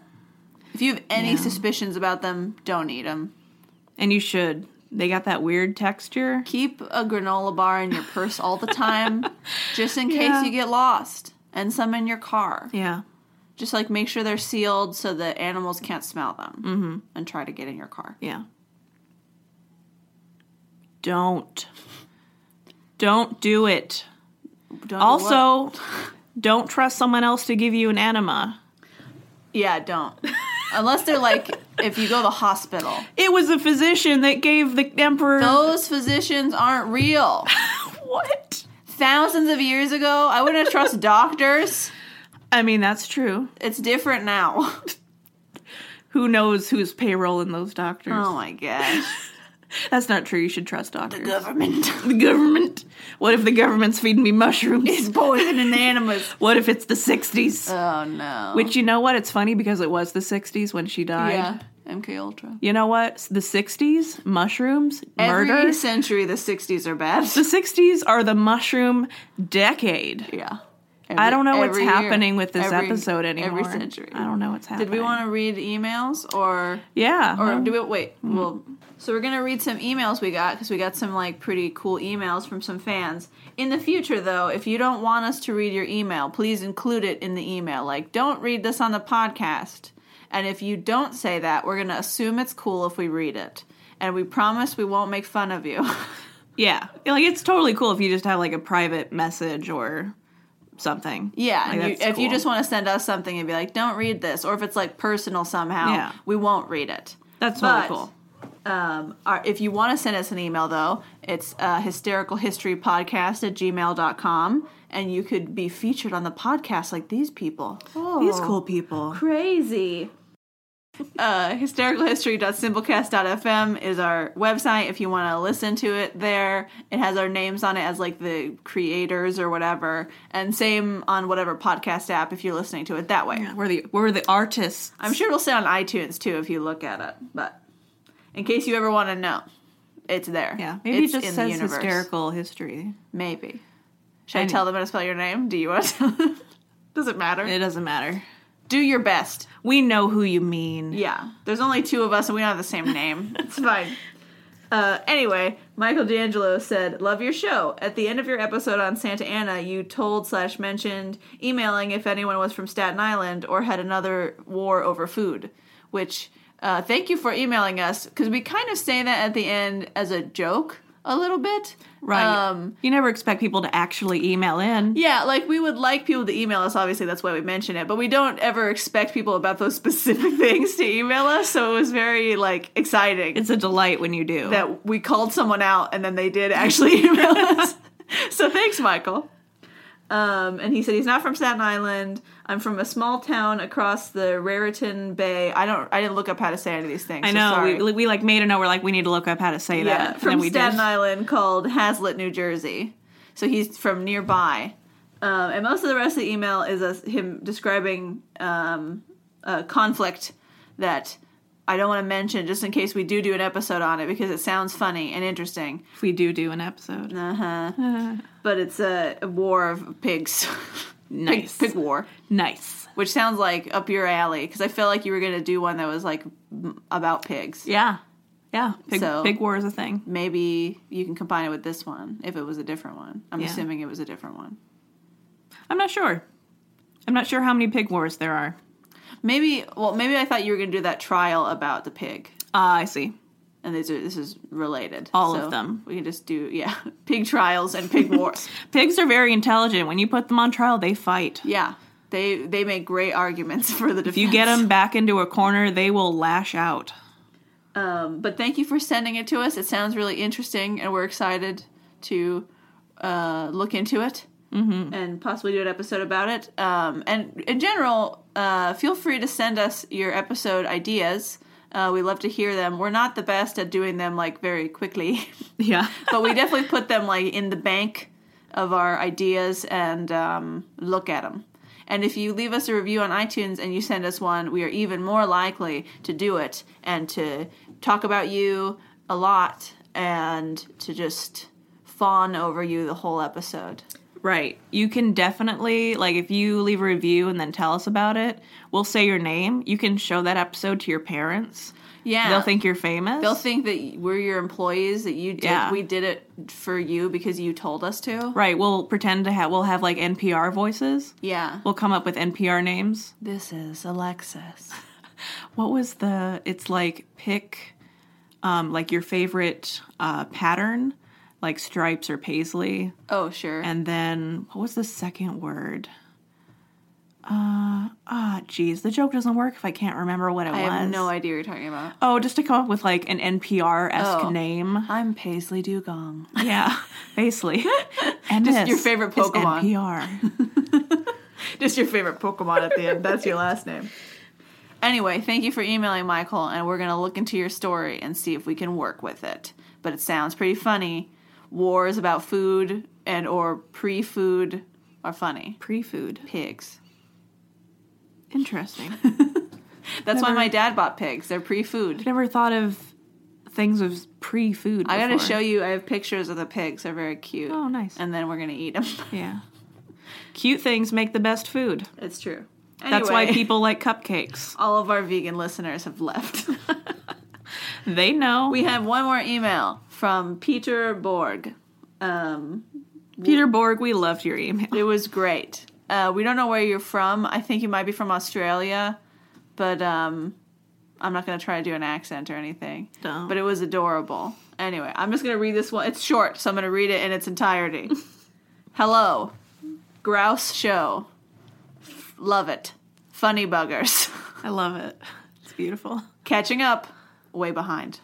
S2: If you have any suspicions about them, don't eat them.
S1: And you should. They got that weird texture.
S2: Keep a granola bar in your purse all the time, just in case
S1: Yeah.
S2: you get lost, and some in your car.
S1: Yeah.
S2: Just like make sure they're sealed so that animals can't smell them mm-hmm. and try to get in your car.
S1: Yeah. Don't. Don't do it.
S2: Don't do what-
S1: Also, don't trust someone else to give you an enema.
S2: yeah, don't. Unless they're like, if you go to the hospital,
S1: It was a physician that gave the emperor.
S2: those physicians aren't real.
S1: [LAUGHS] What?
S2: Thousands of years ago, I wouldn't trust doctors.
S1: I mean, that's true.
S2: It's different now.
S1: Who knows who's payrolling those doctors?
S2: Oh my gosh.
S1: That's not true. You should trust doctors.
S2: Government
S1: the government. What if the government's feeding me mushrooms?
S2: is poisoning animals.
S1: [LAUGHS] what if it's the 60s?
S2: Oh no.
S1: Which, you know what? It's funny because it was the 60s when she died.
S2: yeah, MK Ultra.
S1: You know what? The 60s, mushrooms, murder.
S2: Every century, the '60s are bad. [LAUGHS]
S1: The 60s are the mushroom decade.
S2: yeah.
S1: I don't know what's
S2: Every year.
S1: happening with this
S2: Every-
S1: episode anymore.
S2: Every century.
S1: I don't know what's happening.
S2: Did we want to read emails or
S1: Yeah.
S2: or
S1: um,
S2: do we wait? Well, so we're gonna read some emails we got because we got some like pretty cool emails from some fans. In the future, though, if you don't want us to read your email, please include it in the email. Like, don't read this on the podcast. And if you don't say that, we're gonna assume it's cool if we read it, and we promise we won't make fun of you. [LAUGHS]
S1: Yeah. Like it's totally cool if you just have like a private message or something.
S2: Yeah,
S1: Like,
S2: and you,
S1: that's
S2: if you
S1: cool.
S2: just want to send us something and be like, "Don't read this," or if it's like personal somehow,
S1: Yeah.
S2: we won't read it.
S1: That's totally
S2: But,
S1: cool.
S2: Um, our, if you want to send us an email, though, it's uh, hystericalhistorypodcast at gmail.com, and you could be featured on the podcast like these people. Oh,
S1: These cool people.
S2: crazy. Uh, hystericalhistory.simplecast.fm is our website if you want to listen to it there. It has our names on it as like the creators or whatever, and same on whatever podcast app if you're listening to it that way.
S1: We're the we're the artists.
S2: I'm sure it'll say on iTunes too if you look at it, but in case you ever want to know, it's there.
S1: Yeah. Maybe
S2: it's
S1: it just says hysterical history.
S2: Maybe. Should I
S1: Any-
S2: tell them how to spell your name? Do you want to [LAUGHS] tell them? Does it matter?
S1: It doesn't matter.
S2: Do your best.
S1: We know who you mean.
S2: Yeah, there's only two of us and we don't have the same name. It's fine. Uh, anyway, Michael D'Angelo said, "Love your show." At the end of your episode on Santa Ana, you told slash mentioned emailing if anyone was from Staten Island or had another war over food. Which, uh, thank you for emailing us because we kind of say that at the end as a joke a little bit,
S1: Right.
S2: Um,
S1: you never expect people to actually email in.
S2: yeah, like we would like people to email us. Obviously, that's why we mention it, but we don't ever expect people about those [LAUGHS] specific things to email us. So it was very like exciting
S1: It's a delight when you do.
S2: that we called someone out and then they did actually [LAUGHS]
S1: [LAUGHS]
S2: email us. So thanks, Michael. Um, and he said he's not from Staten Island. I'm from a small town across the Raritan Bay. I don't. I didn't look up how to say any of these things.
S1: I
S2: so
S1: know.
S2: sorry.
S1: We, we like made a note. We're like, we need to look up how to say that.
S2: Yeah,
S1: And
S2: from
S1: then we
S2: Staten
S1: did.
S2: Island called Hazlitt, New Jersey. So he's from nearby. Um, and most of the rest of the email is us him describing um, a conflict that I don't want to mention just in case we do do an episode on it because it sounds funny and interesting.
S1: If we do do an episode.
S2: But it's a, a war of pigs. [LAUGHS]
S1: Nice.
S2: Pig, pig war.
S1: Nice.
S2: Which sounds like up your alley because I feel like you were going to do one that was like m- about pigs.
S1: Yeah. Yeah. Big,
S2: So-
S1: big war is a thing.
S2: Maybe you can combine it with this one if it was a different one. I'm
S1: Yeah.
S2: assuming it was a different one.
S1: I'm not sure. I'm not sure how many pig wars there are.
S2: Maybe, well, maybe I thought you were going to do that trial about the pig,
S1: Ah, I see.
S2: and these are, this is related.
S1: All of them.
S2: We can just do yeah, [LAUGHS] pig trials and pig
S1: [LAUGHS]
S2: wars.
S1: Pigs are very intelligent. When you put them on trial, they fight.
S2: yeah, they they make great arguments [LAUGHS] for the
S1: If
S2: defense.
S1: you get them back into a corner, they will lash
S2: [LAUGHS]
S1: out.
S2: Um, but thank you for sending it to us. It sounds really interesting, and we're excited to uh, look into it
S1: Mm-hmm.
S2: and possibly do an episode about it. Um, and in general, uh, feel free to send us your episode ideas. Uh, we love to hear them. We're not the best at doing them like very quickly, [LAUGHS]
S1: Yeah.
S2: but we definitely put them like in the bank of our ideas and um, look at them. And if you leave us a review on iTunes and you send us one, we are even more likely to do it and to talk about you a lot and to just fawn over you the whole episode.
S1: [LAUGHS] right. You can definitely, like, if you leave a review and then tell us about it, we'll say your name. You can show that episode to your parents.
S2: Yeah,
S1: They'll think you're famous.
S2: they'll think that we're your employees that you did
S1: Yeah.
S2: we did it for you because you told us to.
S1: right. We'll pretend to have, we'll have, like, NPR voices.
S2: Yeah,
S1: We'll come up with NPR names.
S2: this is Alexis.
S1: What was the? It's like pick, um, like your favorite uh, pattern, like stripes or paisley,
S2: Oh sure,
S1: and then what was the second word? Uh, ah, geez, the joke doesn't work if I can't remember what it
S2: I
S1: was.
S2: have no idea what you're talking about.
S1: Oh, just to come up with like an NPR esque
S2: Oh. [LAUGHS]
S1: name.
S2: I'm Paisley Dugong. [LAUGHS]
S1: Yeah, basically. And
S2: Just
S1: this
S2: your favorite
S1: is
S2: Pokemon. [LAUGHS]
S1: NPR.
S2: Just your favorite Pokemon at the end. That's your last name. Anyway, thank you for emailing Michael, and we're going to look into your story and see if we can work with it. But it sounds pretty funny. Wars about food and or pre-food are funny.
S1: Pre food.
S2: Pigs.
S1: Interesting.
S2: That's why my dad bought pigs. They're pre-food.
S1: Never thought of things with pre food.
S2: I got to show you. I have pictures of the pigs. They're very cute.
S1: Oh, nice.
S2: And then we're going to eat [LAUGHS] them.
S1: Yeah. Cute things make the best food.
S2: it's true.
S1: That's why
S2: Anyway,
S1: people like cupcakes.
S2: all of our vegan listeners have left. [LAUGHS]
S1: They know.
S2: We have one more email from Peter Borg. Um,
S1: Peter Borg, we loved your email.
S2: it was great. Uh, we don't know where you're from. I think you might be from Australia, but um, I'm not going to try to do an accent or anything.
S1: Don't.
S2: But it was adorable. Anyway, I'm just going to read this one. It's short, so I'm going to read it in its entirety. Hello, Grouse Show. Love it. Funny buggers. [LAUGHS]
S1: I love it. It's beautiful.
S2: catching up, way behind.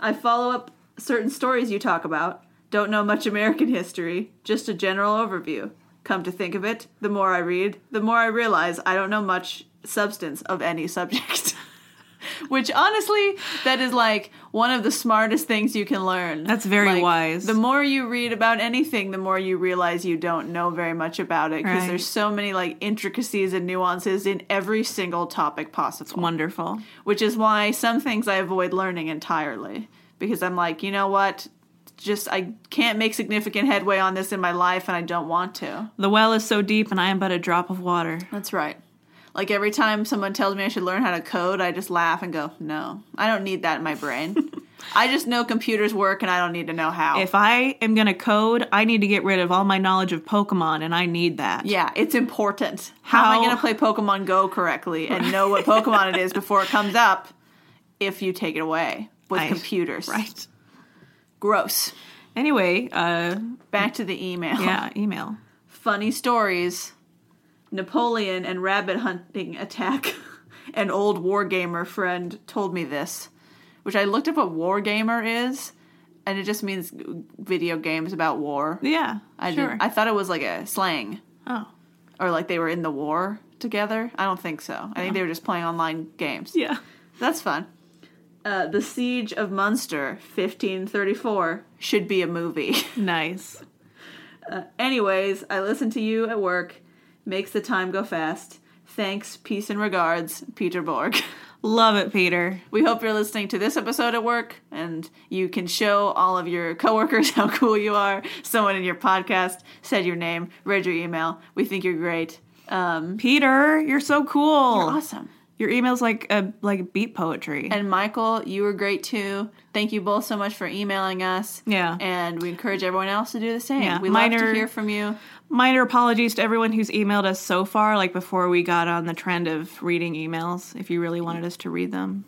S2: I follow up certain stories you talk about. Don't know much American history, just a general overview. Come to think of it, the more I read, the more I realize I don't know much substance of any subject. [LAUGHS] Which honestly, that is like one of the smartest things you can learn.
S1: That's very
S2: Like,
S1: wise.
S2: The more you read about anything, the more you realize you don't know very much about it because
S1: Right.
S2: there's so many like intricacies and nuances in every single topic possible
S1: Wonderful.
S2: which is why some things I avoid learning entirely because I'm like, you know what? Just I can't make significant headway on this in my life and I don't want to.
S1: The well is so deep, and I am but a drop of water.
S2: That's right. Like every time someone tells me I should learn how to code, I just laugh and go, "No. I don't need that in
S1: [LAUGHS]
S2: my brain. I just know computers work and I don't need to know how."
S1: If I am going to code, I need to get rid of all my knowledge of Pokemon, and I need that.
S2: yeah, it's important. How, am I
S1: How-
S2: going to play Pokemon Go correctly and know what Pokemon it is before it comes up if you take it away with
S1: Right.
S2: computers?
S1: Right.
S2: Gross.
S1: Anyway, uh,
S2: Back to the email.
S1: yeah, email.
S2: funny stories, Napoleon and rabbit hunting attack. [LAUGHS] An old wargamer friend told me this, which I looked up what wargamer is, and it just means video games about war.
S1: Yeah,
S2: I
S1: sure.
S2: didn't- I thought it was like a slang
S1: oh,
S2: or like they were in the war together. I don't think so. I think they were just playing online games.
S1: yeah.
S2: That's fun. Uh, the Siege of Munster, 1534, should be a movie. [LAUGHS]
S1: Nice.
S2: Anyways, I listen to you at work. Makes the time go fast. Thanks, peace and regards, Peter Borg. [LAUGHS]
S1: Love it, Peter.
S2: We hope you're listening to this episode at work and you can show all of your coworkers [LAUGHS] how cool you are. Someone in your podcast said your name, read your email. We think you're great. Um,
S1: Peter, you're so cool.
S2: you're awesome.
S1: Your email's like a like beat poetry.
S2: And Michael, you were great too. Thank you both so much for emailing us.
S1: Yeah.
S2: And we encourage everyone else to do the same.
S1: Yeah,
S2: We love to
S1: minor-
S2: hear from you.
S1: Minor apologies to everyone who's emailed us so far, like before we got on the trend of reading emails, if you really wanted us to read them.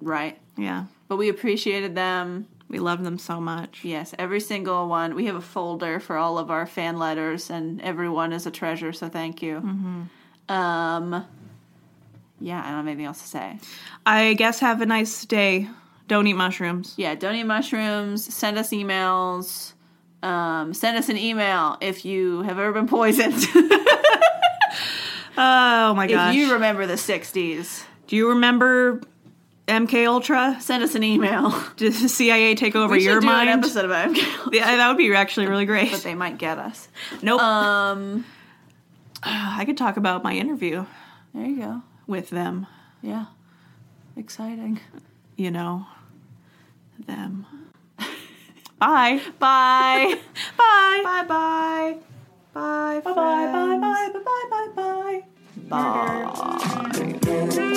S2: Right.
S1: Yeah.
S2: But we appreciated them.
S1: We love them so much.
S2: Yes, every single one. We have a folder for all of our fan letters, and every one is a treasure. So thank you.
S1: Mm-hmm.
S2: Um, yeah, I don't have anything else to say.
S1: I guess have a nice day. Don't eat mushrooms.
S2: Yeah, don't eat mushrooms. Send us emails. Um, send us an email if you have ever been poisoned. [LAUGHS]
S1: Oh my
S2: if
S1: gosh.
S2: you remember the '60s,
S1: Do you remember MK Ultra? [LAUGHS]
S2: send us an email.
S1: Did the CIA take over
S2: We should
S1: your
S2: do an
S1: mind?
S2: episode about
S1: [LAUGHS]
S2: MK.
S1: Yeah, that would be actually really great.
S2: [LAUGHS] but they might get us.
S1: nope.
S2: Um,
S1: [SIGHS] I could talk about my interview
S2: there you go.
S1: with them.
S2: Yeah, exciting.
S1: You know,
S2: [LAUGHS]
S1: them. Bye.
S2: Bye. [LAUGHS]
S1: Bye.
S2: Bye bye. Bye. Bye bye bye bye bye bye bye. Bye.